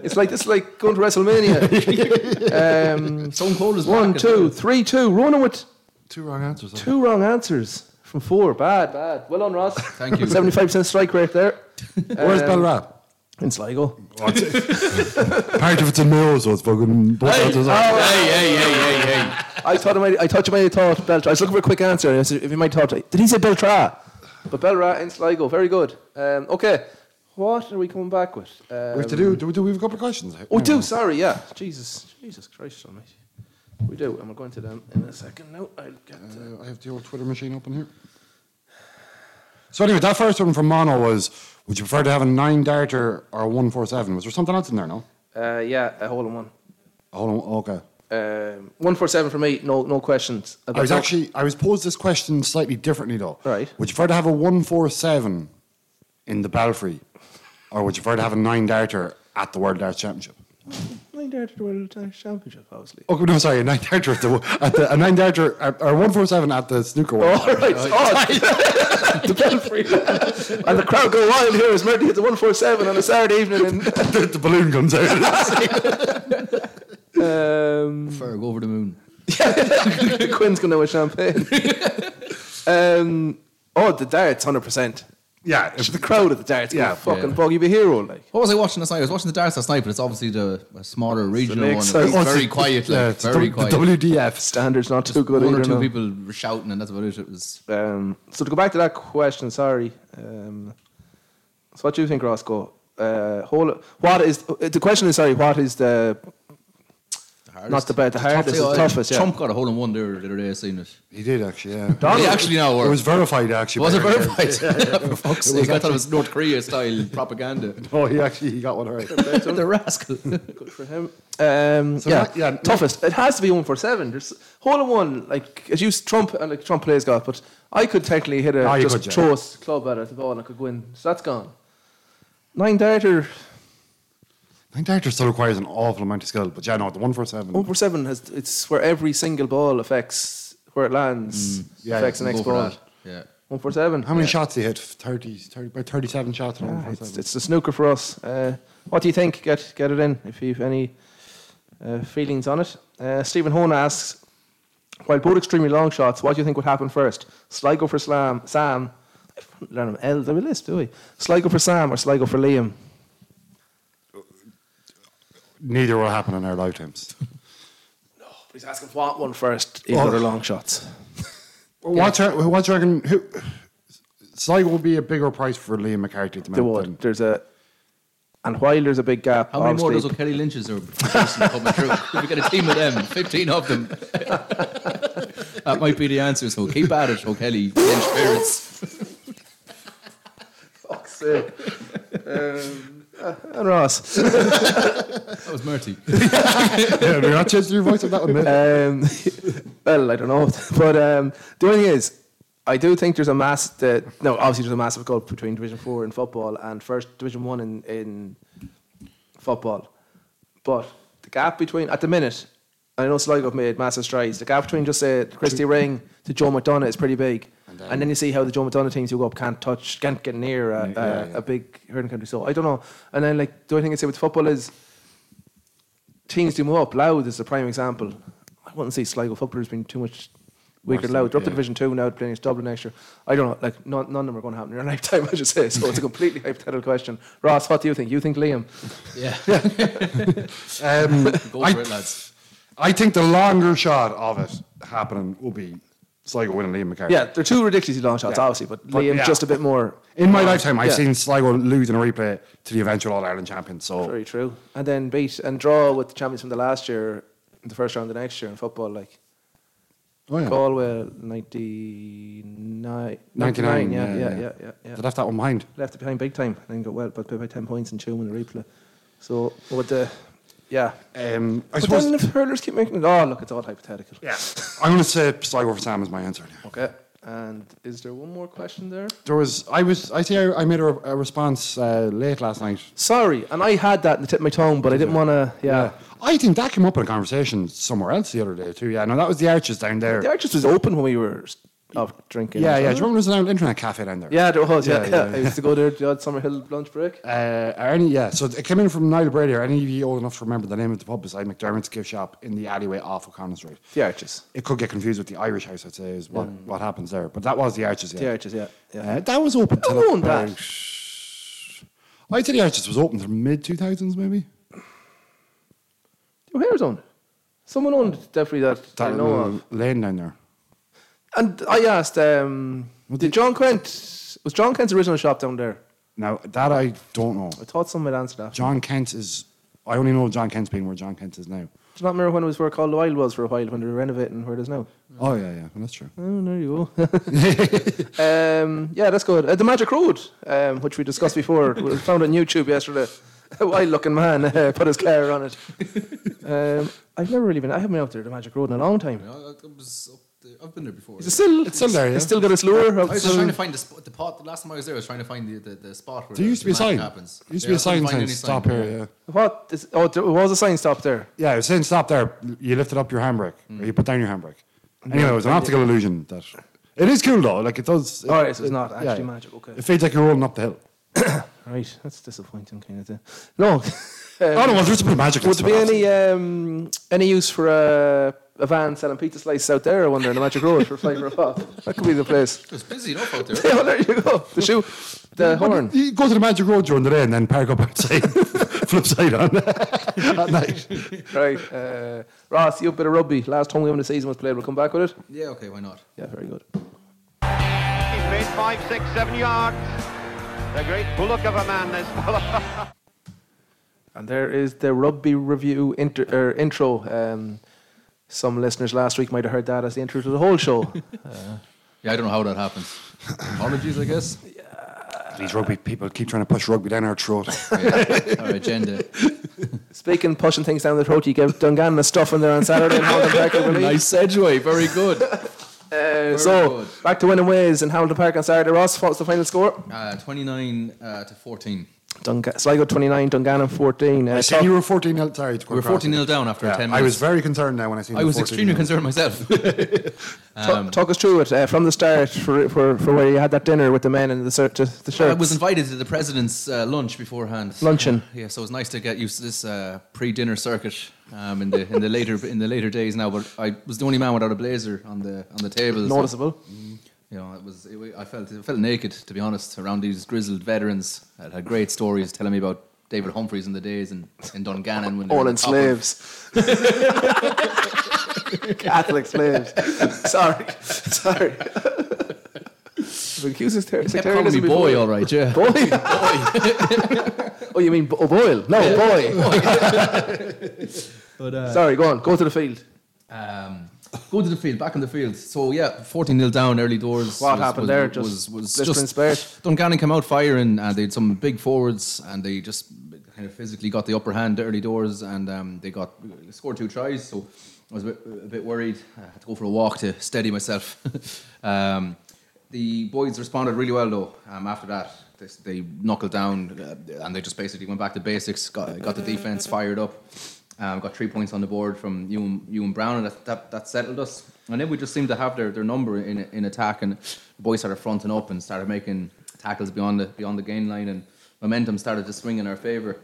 It's like this, is like going to <laughs> WrestleMania. um,
Stone Cold is
one,
back as
two,
well.
three, two. Running with
Two wrong answers. huh?
two wrong answers from four. Bad, bad. Well done, Ross.
Thank you.
75% strike rate there.
Where's Bell Rap?
In Sligo.
<laughs> Part of it's in Mayo, so it's fucking. Both answers
Oh,
are.
Hey, hey, hey, hey, hey.
I thought I might, I thought you might have thought Beltra. I was looking for a quick answer. And I said, if you might have thought, did he say Beltra? But Belra in Sligo, very good. Um, okay, what are we coming back with? Um,
We have to do. Do we, do we have a couple of questions?
Oh, we do. Sorry, yeah. Jesus, Jesus Christ, Almighty. We do, and we're going to them in a second. No, I'll get. Uh,
I have the old Twitter machine open here. So anyway, that first one from Mono was: Would you prefer to have a nine darter or a one four seven? Was there something else in there? No.
uh, yeah, a hole in one.
Hold on. Okay.
Um, one four seven for me. No, no questions.
I was actually I was posed this question slightly differently though.
Right.
Would you prefer to have a one four seven in the Belfry, or would you prefer to have a nine darter at the World Darts Championship?
nine there to the World Tennis Championship, obviously.
Oh no, sorry, a nine darter at the, at the a nine darter at, or one four seven at the snooker world.
<laughs> All right, oh, the Belfry. <laughs> and the crowd go wild here as Murphy hits a one four seven on a Saturday evening. In, <laughs>
<laughs> the, the balloon comes out.
Um,
Ehm.
Fair, go over the moon.
<laughs> Quinn's gonna win champagne. um, oh, the darts, hundred percent.
yeah.
The crowd at the darts, yeah,
Yeah.
fucking
Yeah.
bug. You'd be a hero, like.
What was I watching last night? I was watching the darts last night, but it's obviously the a smaller regional one. It's
next side.
very quiet, like
<laughs> Yeah, it's
very
the,
quiet.
the WDF.
Standards not too good
one or
either,
two
no.
people were shouting, and that's about it. It was
Um, so to go back to that question, sorry. Um, so what do you think, Roscoe? Uh, whole, what is uh, the question? Is sorry, what is the
the hardest.
not the bad, the hardest, the toughest? Yeah.
uh, Trump got a hole in one there the other day. I seen it.
He did actually. Yeah.
Donald- He actually now
It was
worked.
verified actually.
Was it
by-
verified?
<laughs>
For fuck's sake, I thought it was North Korea style propaganda.
<laughs> Oh, he actually he got one right.
the rascal.
Good for him. <laughs> Um,
So
yeah,
not- yeah, not-
toughest. It has to be one for seven. There's hole in one. Like as you Trump and like Trump plays golf, but I could technically hit a
No, Ah, you
just
could, yeah.
throw a s- club at it, the ball and I could win. So that's gone. Nine darter.
I think darter still requires an awful amount of skill, but yeah, no, the one four seven.
One for seven has it's where every single ball affects where it lands
yeah,
affects
you
the
can
next
go for
ball.
that, Mm. yeah.
One for seven.
How many
Yeah.
shots he hit? 30, 30 by 37 shots. in
Ah, it's,
147.
it's a snooker for us. Uh, what do you think? Get get it in if you've any uh, feelings on it. Uh, Stephen Hone asks, while both extremely long shots, what do you think would happen first? Sligo for Slam, Sam. Learn them L's on the list, do we? Sligo for Sam or Sligo for Liam?
Neither will happen in
<laughs>
our lifetimes.
Oh, He's asking what one first. Either
Oh.
are long shots.
What's your, what's your, who, Sligo will be a bigger price for Liam McCarthy at the
There
moment.
would.
than-
There's a, and while there's a big gap,
How many more
obviously-
does Kelly Lynch's are coming through? If we get a team of them, 15 of
<laughs>
them. that might be the answer, so keep at it, O'Kelly. Lynch spirits.
Fuck's sake. <laughs> Um, uh, and Ross.
That was
<laughs>
Murty.
yeah, you're not changing your voice on that one, mate.
Um, <laughs> well, I don't know, <laughs> but um, the only thing is, I do think there's a mass. That, no, obviously there's a massive gulf between Division Four in football and First Division One in, in football. But the gap between at the minute, I know Sligo have made massive strides. The gap between just say Christy Ring to Joe McDonough is pretty big, and then, you see how the Joe McDonough teams who go up can't touch, can't get near a, a, a big hurling country. So I don't know. And then like the only thing I say with football is teams do move up. Loud is the prime example. I wouldn't say Sligo footballers being too much weaker than Loud. They're up to Division 2 now, playing against Dublin next year. I don't know. Like, none, none of them are going to happen in our <laughs> lifetime, I should say. So it's a completely <laughs> hypothetical question. Ross, what do you think? You think Liam?
Yeah.
<laughs>
Um,
Go
I,
for it, lads.
I think the longer shot of it happening will be Sligo winning Liam McCarthy.
Yeah, they're two ridiculously long shots,
Yeah.
obviously, but,
But,
Liam
yeah.
just a bit more.
In my lifetime, I've
Yeah.
seen Sligo lose in a replay to the eventual All Ireland champions. So
Very true. And then beat and draw with the champions from the last year in the first round of the next year in football. Like,
Oh, yeah.
Galway 99.
99,
yeah,
yeah,
yeah,
yeah.
yeah, yeah, yeah.
They left that one behind.
Left it behind big time. I think got well, but by 10 points in two in the replay. So, with the. Yeah.
Um, I
but
suppose-
then if hurlers keep making it, oh, look, it's all hypothetical.
Yeah. I'm going to say Sligo for Sam is my answer. now.
Okay. And is there one more question there?
There was, I was, I say I, I made a, a response uh, late last night.
Sorry, and I had that in the tip of my tongue, but I didn't want to. Yeah.
I think that came up in a conversation somewhere else the other day too. Yeah, no, that was the Arches down there.
The Arches was open when we were off drinking.
Yeah, yeah. Do
wasn't it?
you remember there was an internet cafe down there?
Yeah, there was. Yeah, yeah, <laughs> I
yeah.
used to go there the odd summer hill lunch break.
Uh, are any, yeah, so it came in from Niall Brady. Are any of you old enough to remember the name of the pub beside McDermott's gift shop in the alleyway off O'Connor Street?
The Arches.
It could get confused with the Irish House, I'd say, is what, what happens there. But that was the Arches, yeah.
The Arches, yeah. yeah.
Uh, that was open till
Who owned that?
about- I'd say the Arches was open from mid 2000s, maybe.
Who was on? Someone owned definitely that, I
That
know
little
of.
lane down there.
And I asked, um, did John Kent, was John Kent's original shop down there?
Now, that I don't know.
I thought someone would answer that.
John Kent is, I only know John Kent's being where John Kent is now.
Do you not remember when it was where Call the Wild was for a while, when they were renovating where it is now?
Oh, yeah, yeah, that's true.
Oh, there you go. <laughs> um, yeah, that's good. Uh, the Magic Road, um, which we discussed <laughs> before, was found on YouTube yesterday. A wild-looking man uh, put his car on it. Um, I've never really been. I haven't been out there, the Magic Road, in a long time.
No, I was up there. I've been there before.
Is it still?
It's still there, yeah.
It's still got its lure.
I was just trying to find the spot. The, pot, the last time I was there, I was trying to find the, the, the spot where
There
the-
used to
the
be a sign.
magic
There
happens.
used to
Yeah,
be
I
a sign
couldn't find
saying
any
stop
sign.
here, yeah.
What? Is, oh, there was a sign stop there.
Yeah, it was saying stop there. You lifted up your handbrake, or you put down your handbrake. Anyway, it was an optical illusion. That it is cool though. Like it does.
All
it-
right, so Oh, it's not
yeah,
actually
yeah.
magic. Okay.
It feels like you're rolling up the hill.
Right, that's disappointing, kind of thing. No.
<laughs>
um,
oh no, well, there's a bit of magic. in
Would there be
stuff.
any um, any use for a, a van selling pizza slices out there? I wonder in the Magic Road for five or a pop. That could be the place.
It was busy enough out
<laughs>
there.
Yeah, well, there you go. The shoe, the uh, horn.
You go to the magic road during the day and then park
<laughs>
up outside, <laughs> flip side on at night.
Right, uh, Ross, you a bit of rugby. Last home game of the season was played. We'll come back with it.
Yeah, okay, why not?
Yeah, very good.
He's made five, six, seven yards. The great bullock of a man, this fella.
And there is the rugby review inter, er, intro. Um, some listeners last week might have heard that as the intro to the whole show.
Yeah, I don't know how that
<laughs>
happens. Apologies, I guess.
<laughs> These rugby people keep trying to push rugby down our <laughs> throat.
Yeah. Our
<laughs>
agenda.
Speaking, pushing things down the throat, you gave Dungannon a stuff in there on Saturday and Holden Park, I believe.
nice segue, very <laughs> good.
Uh, so,
good.
back to winning ways in Hamilton Park on Saturday. Ross, what's the final score?
Uh, 29 uh, to 14.
Dunga- Sligo 29, Dungannon 14. Uh,
I
top-
seen you were 14 nil. Sorry, to cut
We were
across
14 nil
you.
down after
Yeah,
10
I
minutes.
was very concerned now when I seen.
I
the
was
14
extremely
nil.
concerned myself.
Talk,
Um,
talk us through it uh, from the start for, for, for where you had that dinner with the men and the, shirt, the
<laughs> I
shirts.
was invited to the president's uh, lunch beforehand.
Luncheon.
Yeah, so it was nice to get used to this uh, pre-dinner circuit um, in the in the later in the later days now. But I was the only man without a blazer on the on the table. so,
Noticeable.
you know, it was. It, wa- I felt I felt naked to be honest around these grizzled veterans that had great stories telling me about David Humphreys in the days and in Dungannon when they
All
were
in
top of- <laughs>
slaves. Catholic slaves. Sorry. Sorry. Accused of ter-
Kept calling me
sectarianism
boy,
before.
all right, <laughs> yeah.
Oh, you mean Bo- oh, Boyle? No, boy.
<laughs>
<laughs>
But, uh,
Sorry, go on. Go to the field.
Um, go to the field, back on the field. So yeah, 14 0 down early doors.
What happened there? Just blistering spurt?
<laughs> Dungannon come out firing, and they had some big forwards, and they just kind of physically got the upper hand early doors, and um, they got scored two tries. So I was a bit, a bit worried. I had to go for a walk to steady myself. <laughs> um, the boys responded really well though. Um, after that, they, they knuckled down, uh, and they just basically went back to basics. Got got the defense fired up. Um, got three points on the board from Ewan, Ewan Brown, and that, that, that settled us. And then we just seemed to have their, their number in, in attack, and the boys started fronting up and started making tackles beyond the beyond the gain line, and momentum started to swing in our favour.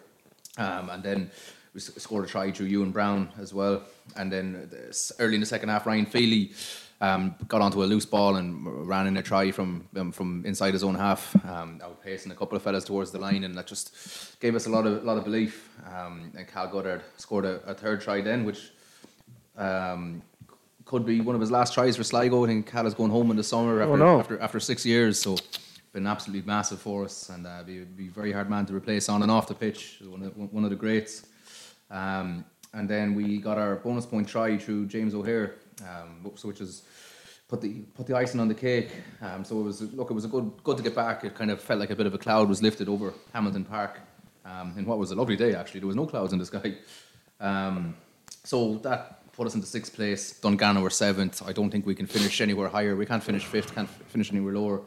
Um, and then we s- scored a try through Ewan Brown as well. And then the s- early in the second half, Ryan Feely um, got onto a loose ball and r- ran in a try from um, from inside his own half, um, outpacing a couple of fellas towards the line, and that just gave us a lot of lot of belief. Um, and Cal Goddard scored a, a third try then, which um, could be one of his last tries for Sligo. I think Cal is going home in the summer after
no.
after, after six years, so been absolutely massive for us, and uh, be be a very hard man to replace on and off the pitch. One of, one of the greats. Um, and then we got our bonus point try through James O'Hare, um, so which is put the put the icing on the cake. Um, so it was look, it was a good good to get back. It kind of felt like a bit of a cloud was lifted over Hamilton Park, um, in what was a lovely day actually. There was no clouds in the sky. Um, so that put us into sixth place. Dungannon were seventh. I don't think we can finish anywhere higher. We can't finish fifth. Can't f- finish anywhere lower.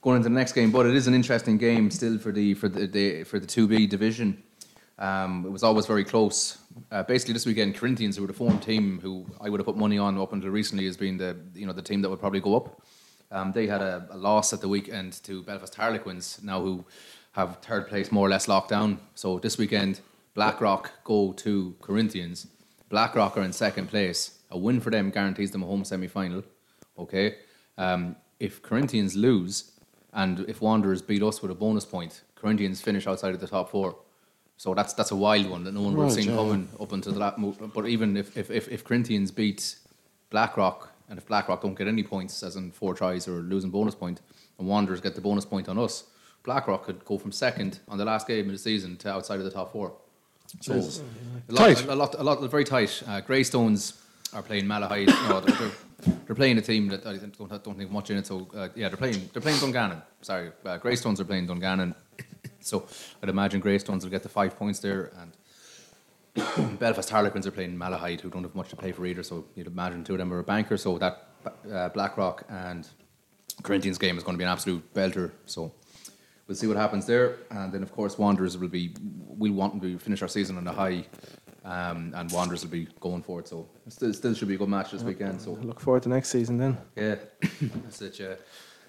Going into the next game, but it is an interesting game still for the for the, the for the two B division. Um, it was always very close. Uh, basically, this weekend, Corinthians, who were the form team, who I would have put money on up until recently, as being the you know the team that would probably go up. Um, they had a, a loss at the weekend to Belfast Harlequins, now who have third place more or less locked down. So this weekend, Blackrock go to Corinthians. Blackrock are in second place. A win for them guarantees them a home semi final. Okay. Um, if Corinthians lose, and if Wanderers beat us with a bonus point, Corinthians finish outside of the top four. So that's that's a wild one that no one would have
Right,
seen
yeah.
coming up until that. mo- But even if if, if if Corinthians beat Blackrock and if Blackrock don't get any points, as in four tries or losing bonus point, and Wanderers get the bonus point on us, Blackrock could go from second on the last game of the season to outside of the top four. So
Jesus.
a lot,
Tight.
a lot, a lot, very tight. Uh, Greystones are playing Malahide. no, they're, they're, they're playing a team that I don't, don't have much in it. So uh, yeah, they're playing. They're playing Dungannon. Sorry, uh, Greystones are playing Dungannon. so I'd imagine Greystones will get the five points there, and Um, Belfast Harlequins are playing Malahide, who don't have much to play for either. So you'd imagine two of them are a banker. So that uh, Blackrock and Corinthians game is going to be an absolute belter. So we'll see what happens there. And then, of course, Wanderers will be, we'll want to finish our season on a high, um, and Wanderers will be going for it. So it still, still should be a good match this weekend. So
Look forward to next season then.
yeah, <coughs> that's it. Yeah.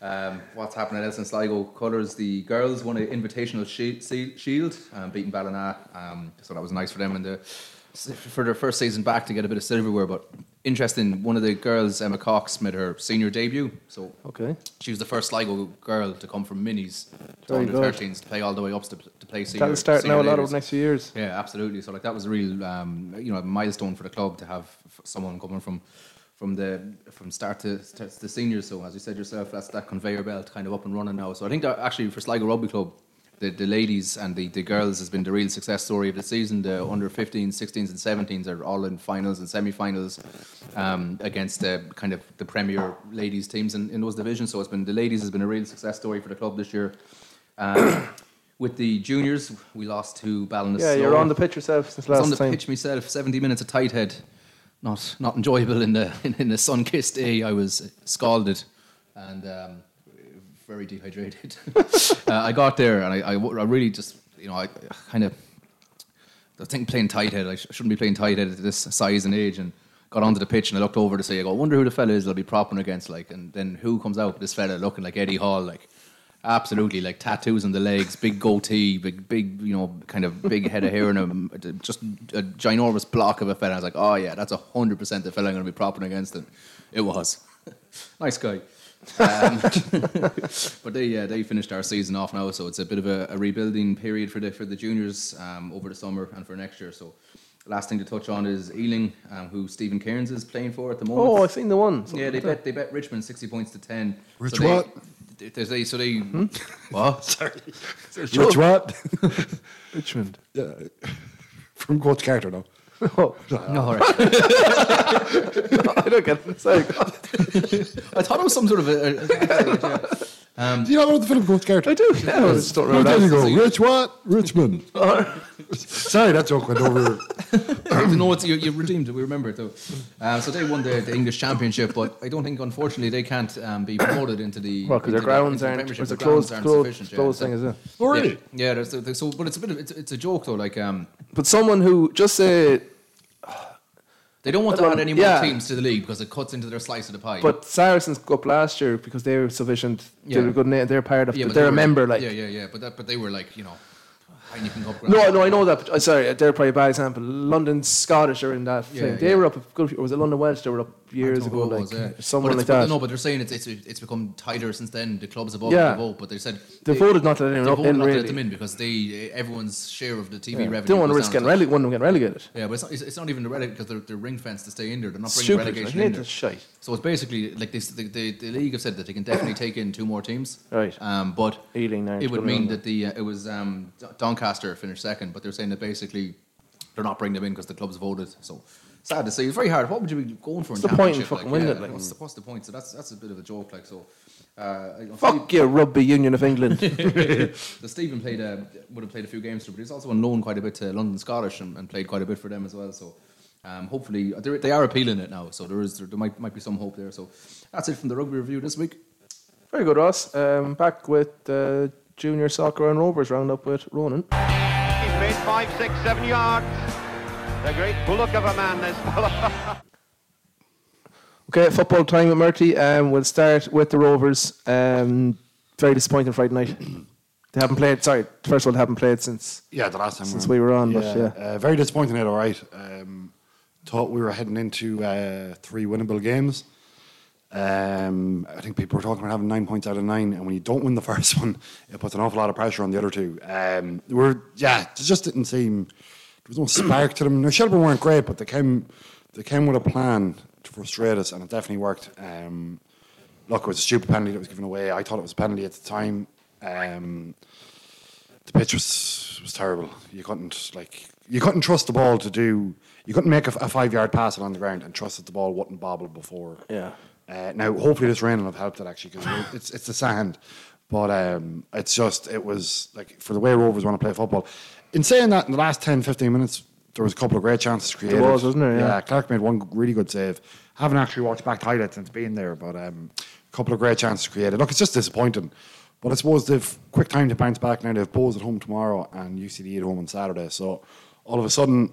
Um, what's happening else in Sligo? Colours, the girls won an invitational shi- si- shield, um, beating Ballina. Um, so that was nice for them in the, for their first season back to get a bit of silverware. But interesting, one of the girls, Emma Cox, made her senior debut. So
Okay.
she was the first Sligo girl to come from minis to
Very
under
good.
13s to play all the way up to, to play senior.
That'll start
senior
now a lot
ladies.
over the next few years.
Yeah, absolutely. So like that was a real, um, you know, milestone for the club to have f- someone coming from from the from start to, to the seniors. So as you said yourself, that's that conveyor belt kind of up and running now. So I think that actually for Sligo Rugby Club, the, the ladies and the, the girls has been the real success story of the season. The under 15s, 16s, and 17s are all in finals and semi-finals um, against the kind of the premier ladies teams in, in those divisions. So it's been the ladies has been a real success story for the club this year. Um, with the juniors, we lost to Ballinasloe.
Yeah, you're on the pitch yourself since
I was
last
on the
time.
pitch myself. Seventy minutes of tight head, not not enjoyable in the <laughs> in, the sun kissed day. I was scalded and um, very dehydrated. <laughs> uh, I got there and I, I w- I really just you know I, I kind of I think playing tight head. I sh- shouldn't be playing tight head at this size and age. And got onto the pitch and I looked over to say, I go, I wonder who the fella is. I'll be propping against like, and then who comes out? This fella looking like Eddie Hall, like absolutely like tattoos on the legs, big goatee, big big you know kind of big head of hair and a just a ginormous block of a fella. I was like, oh yeah, that's hundred percent the fella I'm going to be propping against. And it was nice
<laughs>
guy. um, <laughs> but they yeah they finished our season off now, so it's a bit of a, a rebuilding period for the for the juniors um, over the summer and for next year. So last thing to touch on is Ealing, um, who Stephen Cairns is playing for at the moment.
Oh, I've seen the one.
yeah, they bet they bet Richmond sixty points to ten.
Rich
they-
what?
They, they- so they
Hmm?
<laughs>
<laughs>
what? Sorry,
Rich what?
<laughs>
Richmond.
Yeah. <laughs> From Coach Carter now.
Oh, <laughs>
No, all right.
I don't get it.
<laughs>
Sorry.
I thought it was some sort of a, a- a-
Do you not know the film Coach Carter?
I do. Yeah, I just don't remember.
there you
that.
go. Rich what? Richmond. Sorry, that joke went over.
<coughs> no, it's, you, you redeemed it. We remember it though. Um, so they won the, the English Championship, but I don't think, unfortunately, they can't um, be promoted into the.
Well, because
into
their
the-
grounds
into the
aren't.
Premiership.
It's
Their
a closed,
grounds aren't
closed,
sufficient, yeah.
closed
So-
thing, is it?
Oh,
Yeah,
really?
yeah there's, there's, so, but it's a bit of it's, it's a joke though. Like um,
But someone who just say,
they don't want to
Well,
add any more
yeah.
teams to the league because it cuts into their slice of the pie.
but Saracens go up last year because they were sufficient. They
Yeah.
were good. na- They're part of.
yeah,
but
they
they're a
were-
member. Like
yeah, yeah, yeah. But that, but they were like you know, and you can go up
No, no, I know that. But, uh, sorry, they're probably a bad example. London Scottish are in that
Yeah,
thing. They
yeah.
were up a good. Or was it London Welsh? They were up years ago, like someone
but
like
it's-
that.
No, but they're saying it's, it's it's become tighter since then. The clubs have all
Yeah.
yeah. vote, but they said
They voted not to let anyone
they
up
voted
in,
not to
really.
let them in because they everyone's share of the TV
Yeah.
revenue.
Didn't want to
goes
risk
down
getting
a touch.
relegated. One of them getting relegated.
Yeah, but it's not, it's, it's not even the relegation because they're, they're ring fenced to stay in there. They're not bringing
Stupid. I
relegation
hate
in there.
this shite.
So it's basically like this, the, the, the league have said that they can definitely take in two more teams.
Right.
Um, but
Ealing aren't
it would
going
mean
on.
that the uh, it was um, D- Doncaster finished second, but they're saying that basically they're not bringing them in because the club's voted. So sad to say, it's very hard. What would you be going for?
What's
in
the point in
championship?
fucking
like,
winning
yeah,
it, like?
what's, the, what's the point? So that's that's a bit of a joke. Like so, uh, you know,
Fuck you, Rugby Union of England.
so Stephen played uh, would have played a few games too, but he's also on loan quite a bit to London Scottish and, and played quite a bit for them as well. So um, hopefully they're- they are appealing it now. So there is there, there might might be some hope there. So that's it from the rugby review this week.
Very good, Ross. Um, back with uh, junior soccer and Rovers roundup with Ronan.
<laughs> He's made five, six, seven yards. The great bullock of a man, this <laughs> fella.
Okay, football time with Murty. Um, we'll start with the Rovers. Um, very disappointing Friday night. <clears throat> they haven't played. Sorry, first of all, they haven't played since.
Yeah, the last time
since we were on. But yeah,
uh, very disappointing. It all right. Um, thought we were heading into uh, three winnable games. Um, I think people were talking about having nine points out of nine, and when you don't win the <laughs> first one, it puts an awful lot of pressure on the other two. Um, we're yeah, it just didn't seem there was no <clears throat> spark to them. Now Shelburne weren't great, but they came they came with a plan to frustrate us, and it definitely worked. Um, look, it was a stupid penalty that was given away. I thought it was a penalty at the time. Um, the pitch was was terrible. You couldn't like you couldn't trust the ball to do. You couldn't make a, five yard pass it on the ground and trust that the ball wouldn't bobble before.
Yeah.
Uh, now, hopefully, this rain will have helped it actually because it's it's the sand, but um, it's just it was like for the way Rovers want to play football. In saying that, in the last 10, 15 minutes, there was a couple of great chances created.
was, wasn't there? Yeah.
Clark made one really good save. Haven't actually watched back the highlights since being there, but um, a couple of great chances created. Look, it's just disappointing. But I suppose they've quick time to bounce back now. They've Bowes at home tomorrow and UCD at home on Saturday. So all of a sudden,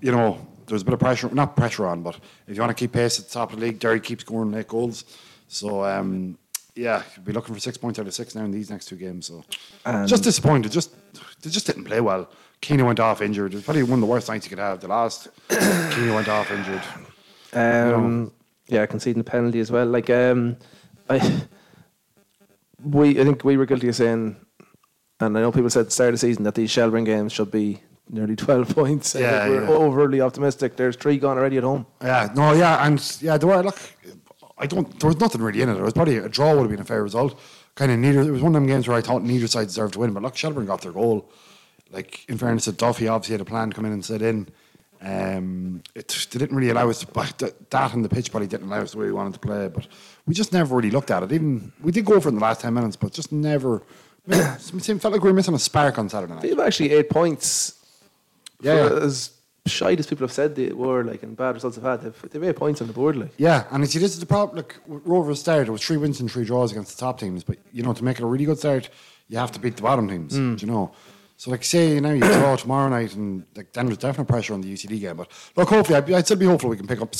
you know, there's a bit of pressure, not pressure on, but if you want to keep pace at the top of the league, Derry keeps scoring late goals. So, um, yeah, you'll be looking for six points out of six now in these next two games. So,
And-
just disappointed. Just They just didn't play well. Keeney went off injured. It was probably one of the worst nights you could have.
<coughs>
The last, Keeney went off injured.
um, yeah, conceding the penalty as well. Like, um, I we I think we were guilty of saying, and I know people said at the start of the season that these Shelburne games should be nearly <laughs> twelve points. I think
Yeah,
we're
yeah.
overly optimistic. There's three gone already at home.
Yeah, no, yeah, and yeah, there were look. I don't. There was nothing really in it. There was probably a draw would have been a fair result. Kind of neither. It was one of them games where I thought neither side deserved to win, but look, Shelburne got their goal. Like in fairness to Duffy, obviously had a plan to come in and sit in. Um, it they didn't really allow us. But th- that and the pitch probably didn't allow us the way we wanted to play. But we just never really looked at it. Even we did go for it in the last ten minutes, but just never. <coughs> it seemed felt like we were missing a spark on Saturday night.
They've actually eight points.
Yeah.
For As shy as people have said they were, like, and bad results they've had, they've, they've eight points on the board, like.
Yeah, and you see, this is the problem. Look, with Rovers started it was three wins and three draws against the top teams, but you know, to make it a really good start, you have to beat the bottom teams.
Mm.
Do you know? So, like, say you know you draw tomorrow night, and like then there's definite pressure on the UCD game. But look, hopefully, I'd, be- I'd still be hopeful we can pick up.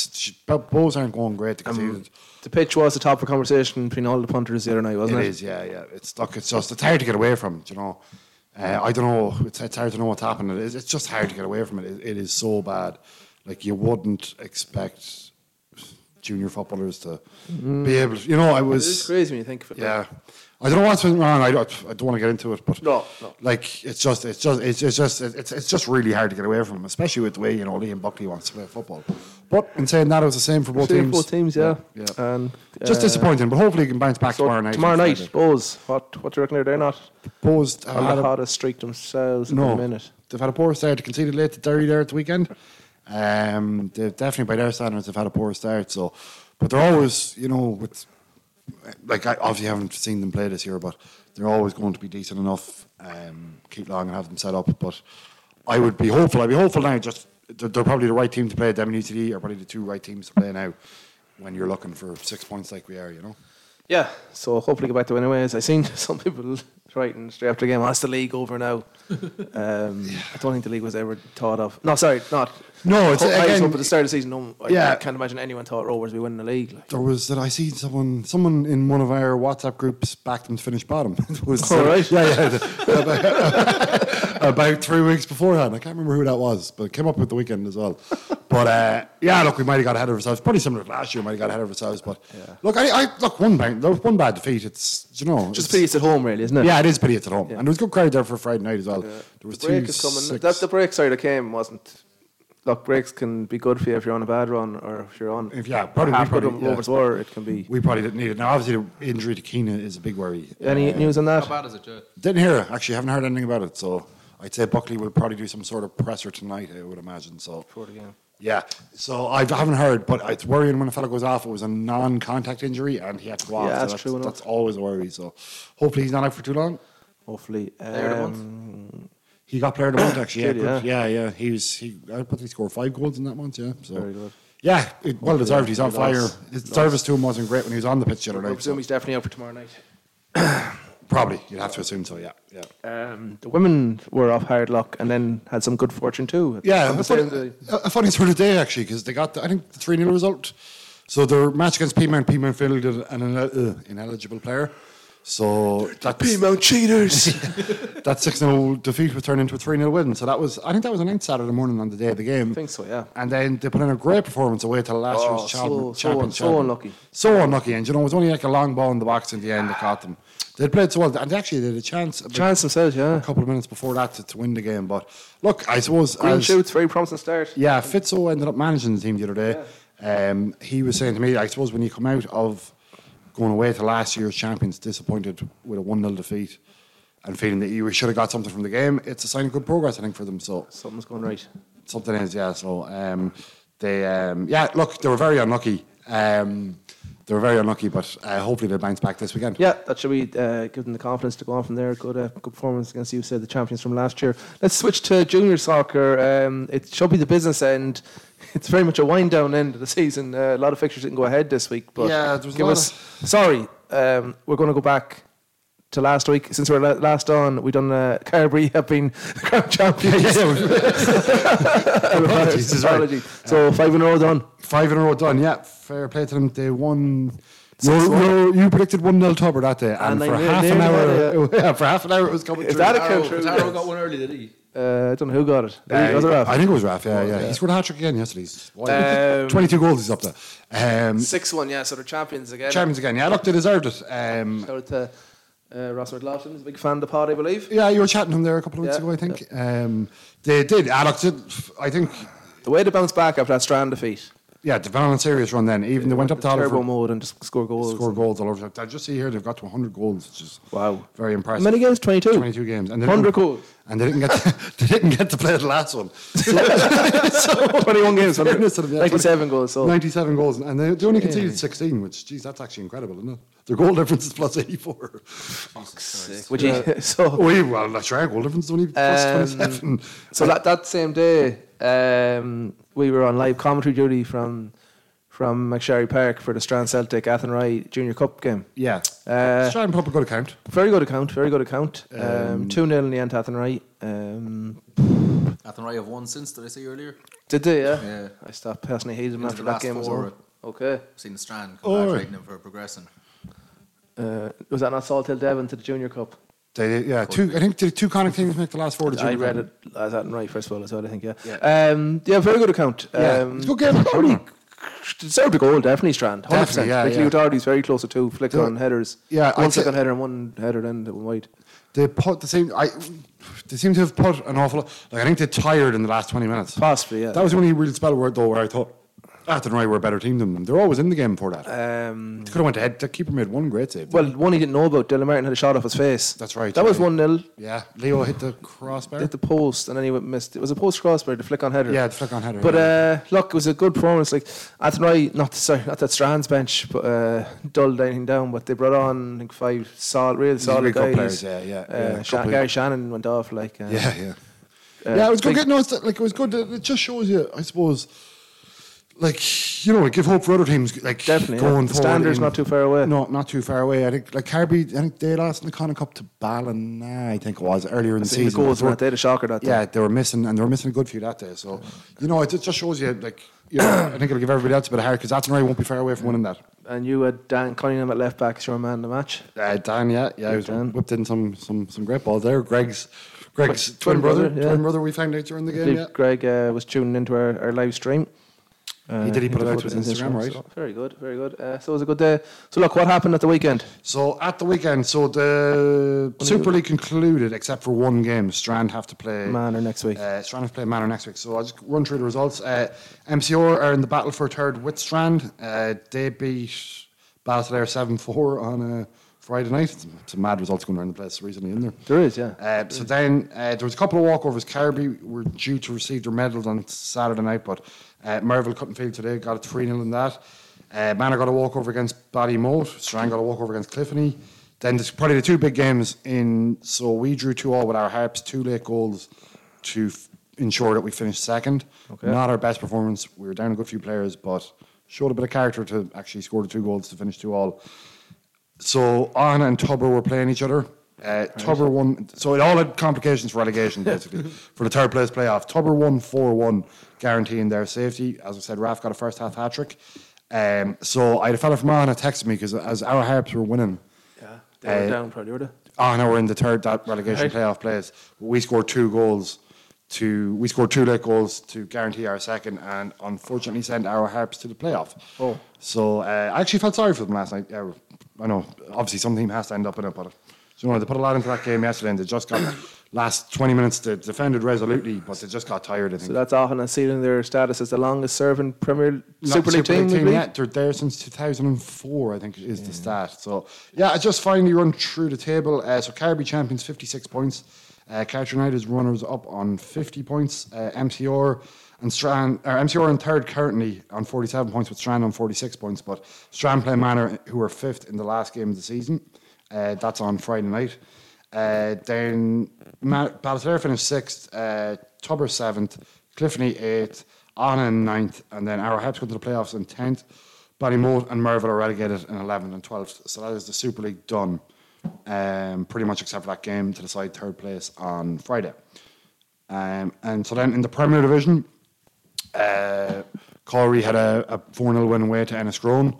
Bows aren't going great. To um,
The pitch was the top of conversation between all the punters the other night, wasn't it?
It is, yeah, yeah. It's look, it's just it's hard to get away from. do You know, uh, I don't know. It's, it's hard to know what's happening. It's, it's just hard to get away from it. it. It is so bad. Like you wouldn't expect junior footballers to
Mm.
be able. To, you know, I was.
It is crazy when you think of it.
Yeah. I don't know what's been wrong. I don't, I don't want to get into it, but
no, no.
Like it's just, it's just, it's, it's just, it's, it's just really hard to get away from, especially with the way you know Liam Buckley wants to play football. But in saying that, it was the same for both
Same for
teams.
both teams, yeah.
yeah.
And,
just
uh,
disappointing, but hopefully you can bounce back
So
tomorrow night.
Tomorrow
and
night,
Friday.
Bose. What, what do you reckon? They're- They're not
Bose
on
had
the
a-
hottest streak themselves
No.
at the minute.
They've had a poor start. They conceded late to Derry there at the weekend. Um, they've definitely, by their standards, they've had a poor start. So, but they're always, you know, with like I obviously haven't seen them play this year, but they're always going to be decent enough. Um, keep long and have them set up. But I would be hopeful. I'd be hopeful now. Just they're, they're probably the right team to play. Them and UCD are probably the two right teams to play now. When you're looking for six points like we are, you know.
Yeah, so hopefully get back to win anyways. I seen <laughs> some people writing straight after the game, that's the league over
<laughs>
now. um, I don't think the league was ever thought of. No, sorry, not.
No, it's-
I was
again-
up at the start of the season. No, I
Yeah.
can't imagine anyone thought Rovers would be winning the league. Like.
There was that I see someone someone in one of our WhatsApp groups backed them to finish bottom. <laughs> It was
All Oh, right.
yeah, yeah. the- about, <laughs> about three weeks beforehand. I can't remember who that was, but it came up with the weekend as well. But uh, yeah, look, we might have got ahead of ourselves. Probably similar to last year, might have got ahead of ourselves. But look, I, I look one bad, there was one bad defeat. It's you know,
Just
it's-
pity it's at home, really, isn't it?
Yeah, it is pity it's at home,
Yeah.
and there was good crowd there for Friday night as well. There was
The break
two
is coming.
six-
That, the break, sorry, that came wasn't. Look, breaks can be good for you if you're on a bad run or if you're on.
If, yeah, probably
half
we
good
probably-
Rovers
yeah.
were, it can be.
we probably didn't need it. Now, obviously, the injury to Keena is a big worry.
Any
Uh,
news on that?
How bad is it, Joe?
Didn't hear it. Actually, haven't heard anything about it. So I'd say Buckley will probably do some sort of presser tonight. I would imagine so.
Before the game.
Yeah. So I haven't heard, but it's worrying when a fellow goes off. It was a non-contact injury, and he had to go off.
Yeah,
so
that's true enough.
That's always a worry. So hopefully he's not out for too long.
Hopefully.
Player of the
Um,
He got player of the
<clears throat>
month actually. yeah,
Did he?
good. yeah, yeah. He was. He I think he scored five goals in that month. Yeah. So
Very good.
yeah, it, well deserved. He's on
He
fire.
lost.
His
Lost.
service to him wasn't great when he was on the pitch the other
I
night. so
presume he's definitely out for tomorrow night.
probably you'd have to assume so. Yeah, yeah.
Um, the women were off hard luck and then had some good fortune too.
Yeah,
On the
a funny,
same day.
a, a funny sort of day actually because they got the, I think the three 0 result. So their match against Piedmont, Piedmont fielded an inel- uh, ineligible player. So that Piedmont cheaters. <laughs> that six 0 defeat was turned into a three 0 win. So that was I think that was announced Saturday morning on the day of the game.
I think so, yeah.
And then they put in a great performance away to last
Oh,
year's
so- so-
champion, champion
so
champion.
unlucky.
So unlucky, and you know it was only like a long ball in the box in the end that caught them. They played so well, and actually they had a chance. about
Chance themselves,
A
yeah.
couple of minutes before that to, to win the game, but look, I suppose
Green
as-
shoots, very promising start.
yeah, Fitzo ended up managing the team the other day. Um, he was saying to me, I suppose when you come out of going away to last year's champions disappointed with a 1 0 defeat and feeling that you should have got something from the game, it's a sign of good progress, I think, for them. So
Something's going right.
something is, yeah. So um, they, um, yeah, look, they were very unlucky. Um, they were very unlucky, but uh, hopefully they bounce back this <laughs> weekend.
Yeah, that should be uh, give them the confidence to go on from there. Good, uh, good performance against you, said the champions from last year. Let's switch to junior soccer. Um, it should be the business end. <laughs> It's very much a wind down end of the season. Uh, a lot of fixtures didn't go ahead this week, but
Yeah, there was a
give
lot
us. Sorry, um, we're going to go back to last week. Since we we're la- last on, we done uh, Carberry have been <laughs> crown champions.
<laughs>
Oh,
Apologies, that's right.
Apology. So five in a
oh,
row done.
Five in a row done, yeah. Fair play to them. They won. You're, you're, you predicted 1 0 Tubber that day, and,
And I
for
nearly-
half an
nearly
hour,
had it,
<laughs> yeah, for half an hour it was coming
Is
through.
that a
Arrow.
country?
Taro got one early, did he?
Uh, I don't know who got it.
Uh,
Was it Raf?
I think it was Raf, yeah, yeah. He scored a hat trick again yesterday. He's wild. 22 goals he's up there. Um,
Um, Six one, yeah. So they're champions again.
champions again, yeah. Look, they deserved it. Um,
Shout out to uh, Ross McLaughlin. He's a big fan of the pod, I believe.
yeah, you were chatting to him there a couple of weeks
Yeah,
ago, I think. Um, they did. Ah, look, did- I think,
The way to bounce back after that Strand defeat,
yeah, they've been on a serious run then. Even they went up to
turbo
Oliver.
mode and just score goals.
Score goals all over. the shop. I just see here they've got to 100 goals, which is
Wow.
very
How
impressive.
many games? 22?
22 games. And they
100
didn't-
goals.
And they didn't get to, <laughs> they didn't get to play the
<laughs>
last one. So,
21 games.
in fairness to them, yeah,
97 goals. So
97 goals. And they, they only conceded 16, which, geez, that's actually incredible, isn't it? Their goal difference is plus 84.
Would you- <laughs> so,
We, well, that's right. Goal difference is only Oh, plus
Um,
27.
so that, that same day, um, we were on live commentary duty from from McSherry Park for the Strand Celtic Athenry Junior Cup game.
Yeah.
Uh,
Let's try and put up a good account.
Very good account. Very good account. Um, 2 0 in the end to Athenry. Um,
Athenry have won since, did I say earlier?
did they, yeah?
Yeah.
I stopped personally hating them
Into
after
the
that
last
game was
four.
over. Okay.
I've seen the Strand
Oh, right.
congratulating them for progressing.
Uh, was that not Salt Hill Devon to the junior cup?
They, yeah, two, I think the two Connacht teams make the last four. did you
I
remember?
read it as that right first of all as well. I think yeah. Yeah, um, yeah very good account. Um,
Yeah, it's a good game.
Probably deserved a goal. Definitely Strand. Hundred percent.
Definitely, yeah,
Like
yeah.
Leo Doherty's very close to two flick on headers.
yeah,
one
I'd say-
flick on header and one header then that went wide.
They put the same. I. They seem to have put an awful. Like I think they tired in the last twenty minutes.
Possibly, yeah.
That was the only real spell where though where I thought ah, Athenry were a better team than them. They're always in the game for that.
Um,
they could have went ahead. The keeper made one great save.
well, one he didn't know about. Dylan Martin had a shot off his face.
That's right,
That was
yeah.
one 0
yeah, Leo hit the crossbar.
Hit the post and then he went missed. It was a post crossbar, the flick on header.
Yeah, the flick on header,
But
yeah.
uh, look, it was a good performance. Like Athenry, not sorry, not that Strand's bench, but uh, dulled anything down. But they brought on I think five solid, really solid
really good
guys.
players, yeah, yeah,
Uh,
yeah, a
Shan-
couple of-
Gary Shannon went off like. Uh,
yeah, yeah.
uh,
yeah, it was good.
big-
Getting, no, it's, like it was good. It it just shows you, I suppose. Like you know, it give hope for other teams. Like
Definitely, yeah.
going
The
forward
standard's
in-
not too far away.
No, not too far away. I think like Carby. I think they lost in the Connacht Cup to Ballina. I think it was earlier in the
seen the
season.
goals
They were-
in that. They had a shocker that day.
Yeah, they were missing, and they were missing a good few that day. So you know, it, it just shows you like. You know, I think it'll give everybody else a bit of heart because Athenry won't be far away from winning that.
And you had Dan Cunningham at left back as your man in the match.
Uh, Dan, yeah, yeah, he was
Dan.
whipped in some some some great balls there. Greg's
Twin
Greg's twin, brother,
brother, yeah.
twin brother. We found out during the
I
game.
believe
Yeah.
Greg uh, was tuning into our, our live stream. Uh,
did, he put it out
on
to his Instagram, right?
so very good, very good. Uh, so it was a good day. So look, what happened at the weekend?
So at the weekend, so the Super League concluded except for one game. Strand have to play
Manor next week.
Uh, Strand have to play Manor next week. So I'll just run through the results. Uh, MCO are in the battle for third with Strand. Uh, they beat Basel seven four on a Friday night. It's, it's a mad results going around the place recently, isn't there?
There is, yeah.
Uh, so then uh, there was a couple of walkovers. Kirby were due to receive their medals on Saturday night, but uh, Merville couldn't field today, got a 3 0 in that. Uh, Manor got a walkover against Ballymote. Strang got a walkover against Cliffany. Then there's probably the two big games in. So we drew 2 all with our Harps, two late goals to f- ensure that we finished second.
Okay.
Not our best performance. We were down a good few players, but showed a bit of character to actually score the two goals to finish 2 all. So Arna and Tubber were playing each other. Uh, Tubber won, so it all had complications for relegation <laughs> basically for the third place playoff. Tubber won 4 1, guaranteeing their safety. As I said, Raf got a first half hat trick. Um, so I had a fella from Arna texted me because as our Harps were winning,
Yeah, they were
Uh,
down probably, were they?
Arna were in the third that relegation
Right.
playoff place. We scored two goals to we scored two late goals to guarantee our second, and unfortunately sent our Harps to the playoff.
Oh.
So uh, I actually felt sorry for them last night. Yeah, I know obviously some team has to end up in it, but you know they put a lot into that game yesterday, and they just got last twenty minutes they defended resolutely, but they just got tired. I think.
So that's often a sealing their status as the longest serving Premier
Not
Super League team. in the league.
yet. They're there since 2004, I think, is the stat. So, yeah, I just finally run through the table. Uh, so, Carby champions 56 points. Uh, Carter United's runners up on 50 points. Uh, MCR and Strand, uh, or MCR in third currently on 47 points, with Strand on 46 points. But Strand play Manor, who are fifth in the last game of the season. Uh, that's on Friday night. Uh, then Ma- Ballester finished sixth, uh, Tubber seventh, Cliffany eighth, Anna in ninth, and then our Heps go to the playoffs in tenth. Ballymote and Merville are relegated in eleventh and twelfth. So that is the Super League done, um, pretty much except for that game to decide third place on Friday. Um, and so then in the Premier Division, uh, Corey had a 4 0 win away to Enniscrone.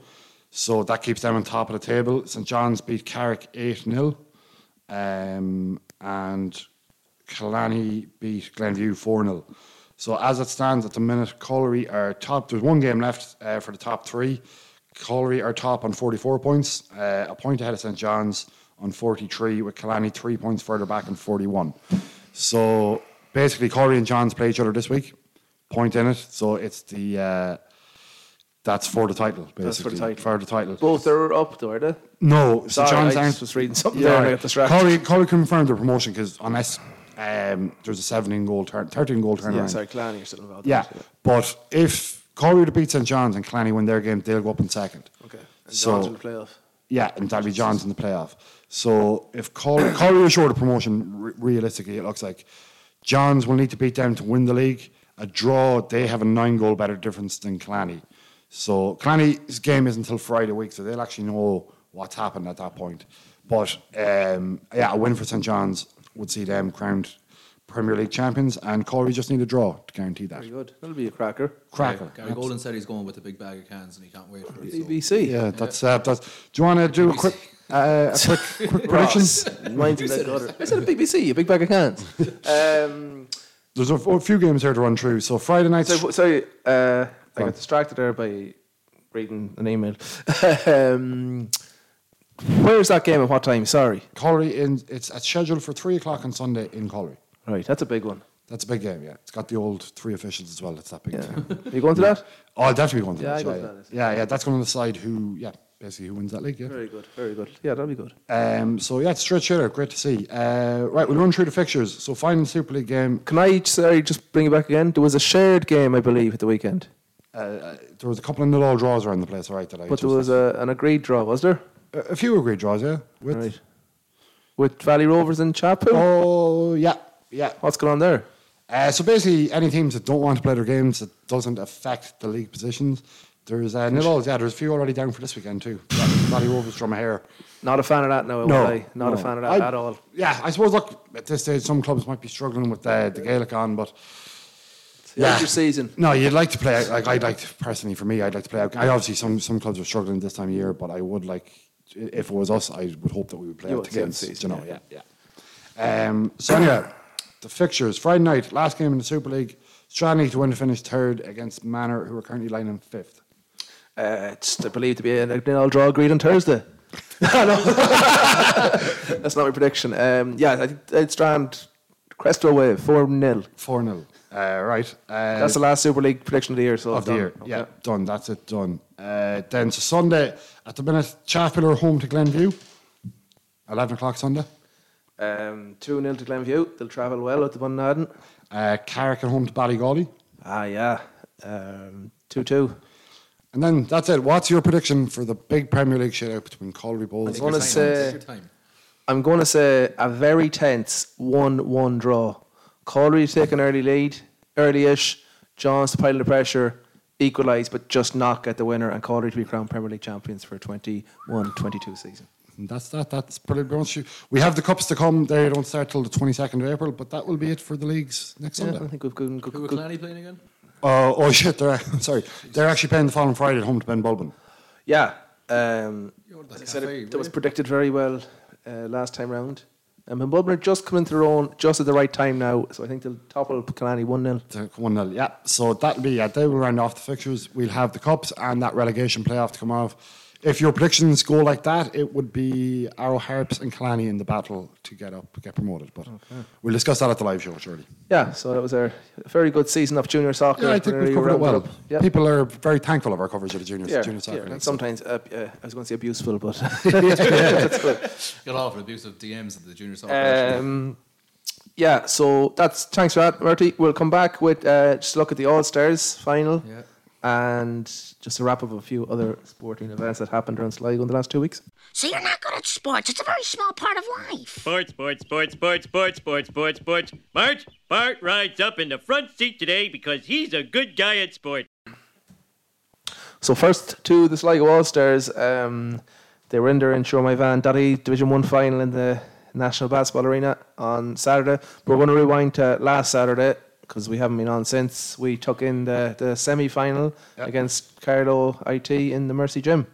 So that keeps them on top of the table. St John's beat Carrick 8 0. Um, and Killarney beat Glenview 4 0. So as it stands at the minute, Colliery are top. There's one game left uh, for the top three. Colliery are top on 44 points, uh, a point ahead of St John's on 43, with Killarney three points further back on 41. So basically, Colliery and John's play each other this week. Point in it. So it's the. Uh, that's for the title, basically.
That's for the title.
For the title.
Both are up, though, are they?
No, so
Sorry,
John's
I
down.
just was reading something there and I got distracted.
Corey, Corey confirmed the promotion because unless um, there's a 17 goal turn, 13 goal turnaround.
Yeah, sorry, Clanny or something about
Yeah,
that.
but if Corey were to beat St John's and Clanny win their game, they'll go up in second.
Okay. And
So-
John's in the playoff.
Yeah, and that'll be John's in the playoff. So if Corey, <coughs> Corey are short of promotion, re- realistically, it looks like John's will need to beat them to win the league. A draw, they have a nine goal better difference than Clanny. So Clanny's game is until Friday week, so they'll actually know what's happened at that point. But um, yeah, a win for St John's would see them crowned Premier League champions, and Corey just need a draw to guarantee that.
Very good. That'll be a cracker.
Cracker.
Gary Golden said he's going with a big bag of cans and he can't wait for it. so-
BBC.
Yeah, that's uh, that's. Do you want to do a quick uh, a quick quick prediction?
Mine's in that gutter. I said a BBC, a big bag of <laughs> cans. um,
There's a, f- a few games here to run through. So Friday night,
so, sorry, uh, I
Go on.
got distracted there by reading an email. um, where is that game at what time? Sorry.
Colliery in it's at scheduled for three o'clock on Sunday in Colliery.
Right, that's a big one.
That's a big game, yeah. It's got the old three officials as well. It's that big.
Yeah.
Game.
Are you going to that?
Oh, I'll definitely go on to
Yeah,
that.
I go
yeah,
to
yeah.
that, it's-
yeah, yeah, That's going to decide who, yeah, basically who wins that league. Yeah.
Very good, very good. Yeah, that'll be good.
Um. So yeah, it's straight shooter. Great to see. Uh. Right, we'll run through the fixtures. So final Super League game.
Can I sorry just bring it back again? There was a shared game, I believe, at the weekend,
uh, There was a couple of nil all draws around the place. All right, that I.
but
just-
there was a, an agreed draw, was there?
a, a few agreed draws. Yeah. With,
Right. With Valley Rovers and Chapel.
Oh yeah, yeah.
What's going on there?
Uh, so basically, any teams that don't want to play their games that doesn't affect the league positions. There's uh, nil alls. Yeah, there's a few already down for this weekend too. Valley Rovers from here.
Not a fan of that, no. I will lie. Not a
no.
fan of that
I-
at all.
Yeah, I suppose. Look, at this stage, some clubs might be struggling with uh, the Gaelic on, but
Yeah.
Yeah.
your season.
no, you'd like to play. out- Like I'd like to, personally, for me, I'd like to play. out. I obviously some some clubs are struggling this time of year, but I would like if it was us, I would hope that we would play
You
out
would
the
see out the
games.
season,
you know, yeah, yeah. Um, so anyway, the fixtures: Friday night, last game in the Super League. Stranley to win to finish third against Manor, who are currently lying in fifth.
Uh, it's believed to be an I'll draw agreed on
<laughs>
Thursday. <laughs> no, <laughs> that's not my prediction. Um, yeah, I think it's Strand Crestwell away four 0
Four 0 uh, Right. Uh,
That's the last Super League prediction of the year. So
of the year. Yeah, done. Uh, That's it, done. Uh, then so Sunday at the minute, Chapel are home to Glenview. 11 o'clock Sunday.
Um, 2 0 to Glenview. They'll travel well at the Bunnaden.
Uh, Carrick at home to Ballygally.
Ah, yeah. Um, 2 2.
And then that's it. What's your prediction for the big Premier League shootout between Colby Bowls
I'm going to
uh,
say, I'm going to say a very tense one-one draw. Colby take an early lead, early-ish. Johns to pile the pressure, equalise, but just not get the winner, and Colby to be crowned Premier League champions for 21-22 season.
And that's that. That's pretty much. We have the cups to come. They don't start till the 22nd of April, but that will be it for the leagues next
Yeah,
Sunday.
I think we've good. good,
Who were
good-
Clanny playing again?
Oh, oh shit! They're <laughs> I'm sorry. They're actually playing the following Friday at home to Ben Bulbin.
Yeah, um, as I said,
cafe,
it, that was
right?
predicted very well uh, last time round. Um, and Bulbner just coming to their own just at the right time now, so I think they'll topple Kalani 1 0.
One 0 Yeah. So that'll be yeah. They will round off the fixtures. We'll have the cups and that relegation playoff to come off. If your predictions go like that, it would be Arrow Harps and Kalani in the battle to get up, get promoted. But we'll discuss that at the live show, surely.
Yeah, so that was a very good season of junior soccer.
Yeah, I think
Whenever
we've
you
covered it
round
well.
up. Yeah.
People are very thankful of our coverage of the junior,
Yeah,
junior soccer.
yeah,
league.
and sometimes uh, uh, I was going to say abuseful, but <laughs>
Got awful abusive DMs at the junior soccer.
um, yeah. So that's thanks for that, Murty. We'll come back with uh, just a look at the All Stars final
yeah.
and just a wrap up of a few other sporting events that happened around Sligo in the last two weeks.
So you're not good at sports. It's a very small part of life.
Sports, sports, sports, sports, sports, sports, sports, sports. Bart, Bart rides up in the front seat today because he's a good guy at sports.
So first to the Sligo All Stars, um, they were in their Insure My Van Daddy Division One final in the National Basketball Arena on Saturday. But we're going to rewind to last Saturday because we haven't been on since. We took in the, the semi final against Carlo IT in the Mercy Gym.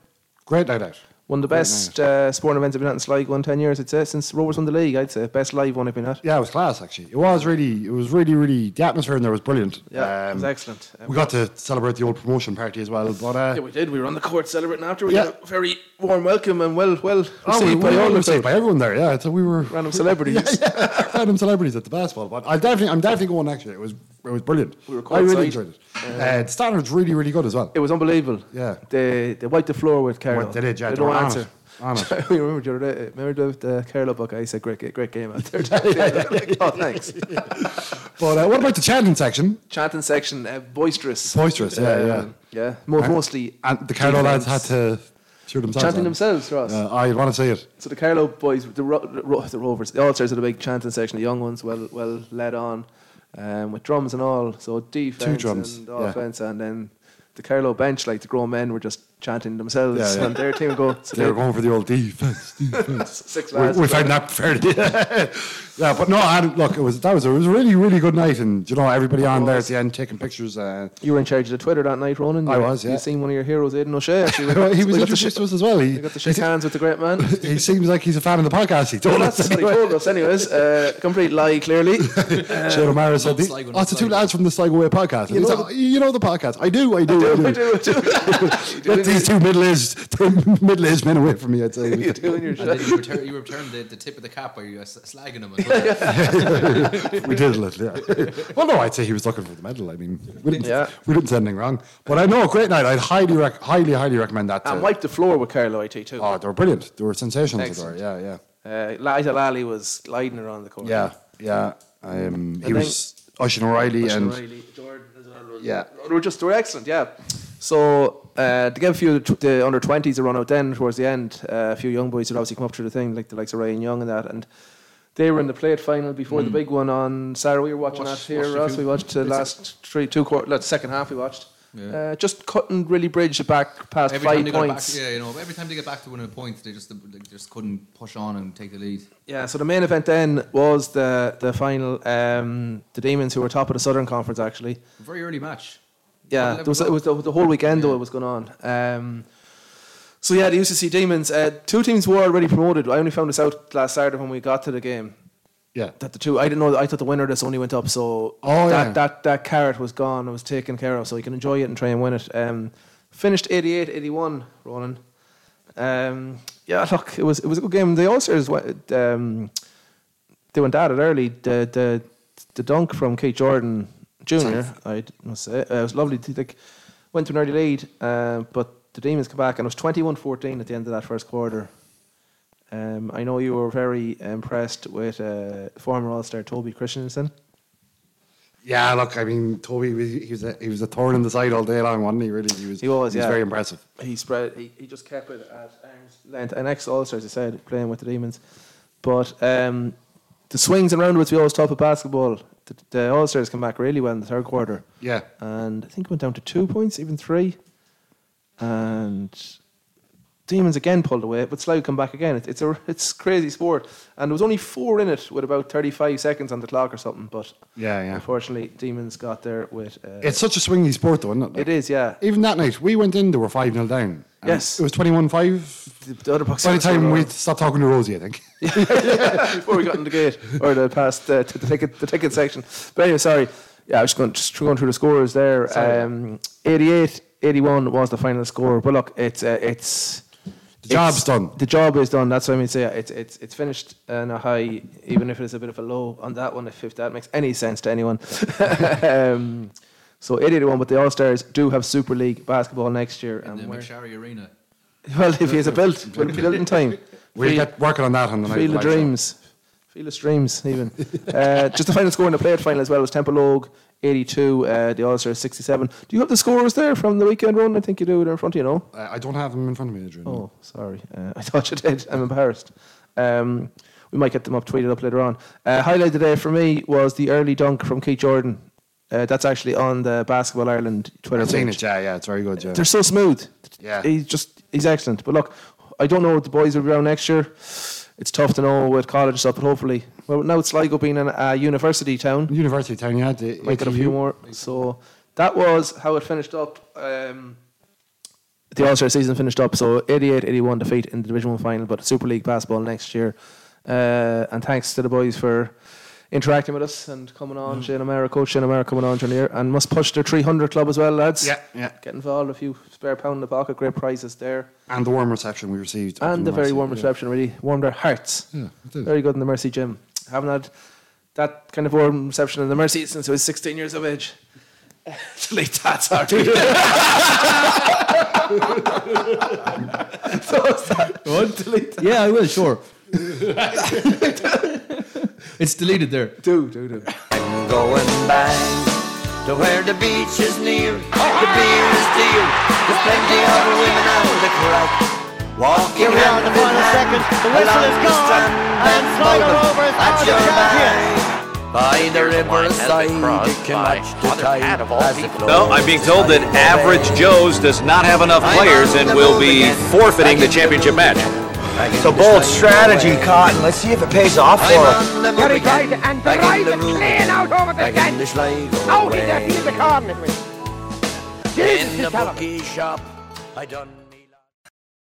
Great night out.
One of the
Great
best uh, sporting events I've been at in Sligo in ten years. I'd say since Rovers won the league. I'd say best live one I've been at.
Yeah, it was class actually. It was really, it was really, really. The atmosphere in there was brilliant.
Yeah, it was
Um,
excellent. Um,
We got to celebrate the old promotion party as well. But
yeah,
uh,
we did. We were on the court celebrating after. We
Yeah.
got a very warm welcome and well, well received
oh, we, we
by all
were
of
received
them.
by everyone there. Yeah, so we were
Random celebrities.
<laughs> random celebrities at the basketball. But I definitely, I'm definitely going actually. It was, it was brilliant.
We were
I
quite
really
excited.
enjoyed it. Uh, the standards really, really good as well.
It was unbelievable.
Yeah.
They they wiped the floor with Carlo.
Well, they did, yeah,
They
they were
don't
on
answer.
it, on
<laughs>
it.
I remember the other day, remember the, the Carlo book? I said, great, ga- great game
<laughs>
out there. <laughs> Like, oh, thanks.
But uh, what about the chanting section?
Chanting section, uh, boisterous. Um,
Boisterous, yeah, yeah.
Yeah, Mo-
And-
mostly.
And the Carlo lads
defense.
had to shoot themselves.
Chanting
on.
themselves, Ross.
Uh, I want to see it.
So the Carlo boys, the, ro- the, ro- the Rovers, the All-Stars had a big chanting section. The young ones well well led on um, with drums and all. So defence
drums,
and
yeah.
offence. And then the Carlo bench, like the grown men were just chanting themselves.
Yeah, yeah.
And their team would go. So
They were going for the old defense.
<laughs> six
we,
lads.
we found that fairly. <laughs> yeah, but no, I, look, it was that was it was a really really good night, and you know everybody on there at the end taking pictures. Uh,
You were in charge of the Twitter that night, Ronan.
I
You-
was, yeah.
You seen one of your heroes, Aidan
<laughs>
O'Shea. Actually, We got-
he
we
was
got to
introduced
shake-
to us as well.
we
He,
got to shake hands with the great
<laughs>
man.
he seems like he's a fan of the podcast. He told
Well,
us.
that's what he
<laughs> anyway.
told us, anyways. Uh, complete lie,
<laughs>
clearly.
Shane O'Mara said, "The-
Sligo, not
"That's the two
Sligo."
lads from the Sligo Way podcast." And
You
he's
know
like, You know the podcast. I
<laughs>
do. I do. I do.
I
<laughs>
do, I do.
Let these two middle-aged, <laughs> middle-aged men away from me.
<laughs>
I'd say.
You're doing your
And then
shit.
you return, you return the, the tip of the cap by you uh, s- slagging him. As well.
we did a little, yeah. well, no, I'd say he was looking for the medal. I mean, we didn't,
Yeah.
we didn't say anything wrong. But I know, great night. I'd highly, rec- highly, highly recommend that.
And
to-
wiped the floor with Carlo IT too.
oh, they were brilliant. They were sensational. They were.
Excellent.
Yeah, yeah,
Uh, Liza Lally was gliding around the court.
yeah, yeah. Um, he
then-
was Oisin O'Reilly and
O'Reilly, Jordan as well. was-
Yeah.
They were just, they were excellent, yeah. So, uh, to give a few of the, tw- the under 20s a run out then towards the end, uh, a few young boys had obviously come up through the thing, like the likes of Ryan Young and that. And they were in the plate final before the big one on Saturday. We were watching
Mm. Watched-
that here,
watched a
Ross.
few.
We watched the last three, two quarter, the second half we watched.
Yeah.
Uh, just couldn't really bridge it back past
every time
five
they
points.
Got back, yeah, you know, every time they get back to winning a point, they just they just couldn't push on and take the lead.
Yeah, so the main event then was the the final. Um, the Demons, who were top of the Southern Conference, actually.
Very early match.
Yeah,
Eleven
there was, it
o'clock.
was the, the whole weekend though it was going on. Um, so yeah, the UCC Demons. Uh, two teams were already promoted. I only found this out last Saturday when we got to the game
yeah.
that the two. I didn't know. I thought the winner of this only went up. So
Oh,
that,
yeah.
that that carrot was gone. It was taken care of. So you can enjoy it and try and win it. Um, finished 88-81, Ronan. Um, yeah, look, it was it was a good game. The Ulsters went, um, they went at it early. The the the dunk from Kate Jordan Junior. I must say uh, it was lovely. They like, went to an early lead, uh, but the Demons come back and it was 21-14 at the end of that first quarter. Um, I know you were very impressed with uh, former All Star Toby Christensen.
Yeah, look, I mean, Toby, he was a, he was a thorn in the side all day long, wasn't he? Really, he was.
He was,
he was
yeah.
very impressive.
He spread. He, he just kept it at arm's length. And ex All Star, as I said, playing with the Demons. But um, the swings and roundabouts we always talk about basketball. The, the All Stars come back really well in the third quarter.
Yeah.
and I think it went down to two points, even three. And Demons again pulled away, but Slough come back again. It, it's a it's crazy sport, and there was only four in it with about thirty five seconds on the clock or something. But
Yeah, yeah.
unfortunately, Demons got there with. Uh,
It's such a swingy sport, though, isn't it?
It is, yeah.
Even that night, we went in, they were 5 0 down. And
Yes.
It was 21 5.
The, the other box
By the time we
we
stopped talking to Rosie, I think.
before we got in the gate or the past uh, to the ticket the ticket section. But anyway, sorry. Yeah, I was just going, just going through the scores there.
Sorry.
Um, 88 81 was the final score. But look, it's uh, it's the
job's done.
The job is done. That's what I mean. to Say it's it's it's finished on a high, even if it's a bit of a low on that one. If, if that makes any sense to anyone. <laughs> um, so 88 81, but the All Stars do have Super League basketball next year.
in
And
the
we're- <laughs>
McSharry Arena.
well, if he's a built, we'll be built in time.
We'll get working on that on the night of
Field
the
of
live show.
Dreams. Field of Dreams,
<laughs>
even. uh, just the final score in the playoff final as well was Templeogue 82, uh, the All Stars 67. Do you have the scores there from the weekend run? I think you do. They're in front of you, no?
I I don't have them in front of me, Adrian.
Oh, sorry. Uh, <laughs> I thought you did. I'm embarrassed. Um, we might get them up, tweeted up later on. Uh, highlight today for me was the early dunk from Keith Jordan. Uh, that's actually on the Basketball Ireland Twitter
I've seen
page.
it, yeah, yeah. It's very good, yeah.
They're so smooth.
Yeah.
He's just he's excellent. But look, I don't know what the boys will be around next year. It's tough to know with college stuff, but hopefully, well, now it's Sligo being an- a university town.
University town, yeah. The
Might get a
ATU.
few more. So that was how it finished up. Um, the All Star season finished up. So 88 81 defeat in the Division 1 final, but Super League basketball next year. Uh, and thanks to the boys for interacting with us and coming on.
Mm.
Shane O'Mara, Coach Shane O'Mara coming on during the year. And must push their 300 club as well, lads.
Yeah, yeah.
Get involved, a few spare pound in the pocket, great prizes there.
And the warm reception we received.
And the very warm
Yeah.
reception really warmed our hearts.
Yeah, it did.
Very good in the Mercy Gym. Haven't had that kind of warm reception in the Mercy since I was 16 years of age. <laughs> Delete that, sorry. <laughs> so <laughs> what's that? Delete that.
Yeah, I will, sure.
It's deleted there.
Do, do, do.
I'm going back to where the beach is near, the beer is dear, there's plenty of women out the crack. Walking
Here we are
round
in
the
the final
land,
seconds. The whistle
along
is
the
gone,
strand,
and Sligo
over
Rovers
at
are the
your
champions.
back. By the riverside, you can watch the tide as it flows.
No, I'm being told that Average Joe's does not have enough players and will be forfeiting the championship match.
It's a bold strategy, Cotton. Let's see if it pays off for him.
Gary Dried and Dried is clean out over the Oh,
Back in the
fence.
Sligo
Out in
way.
the field of corners. with. Jesus
In
is
the
terrible.
bookie shop, I done.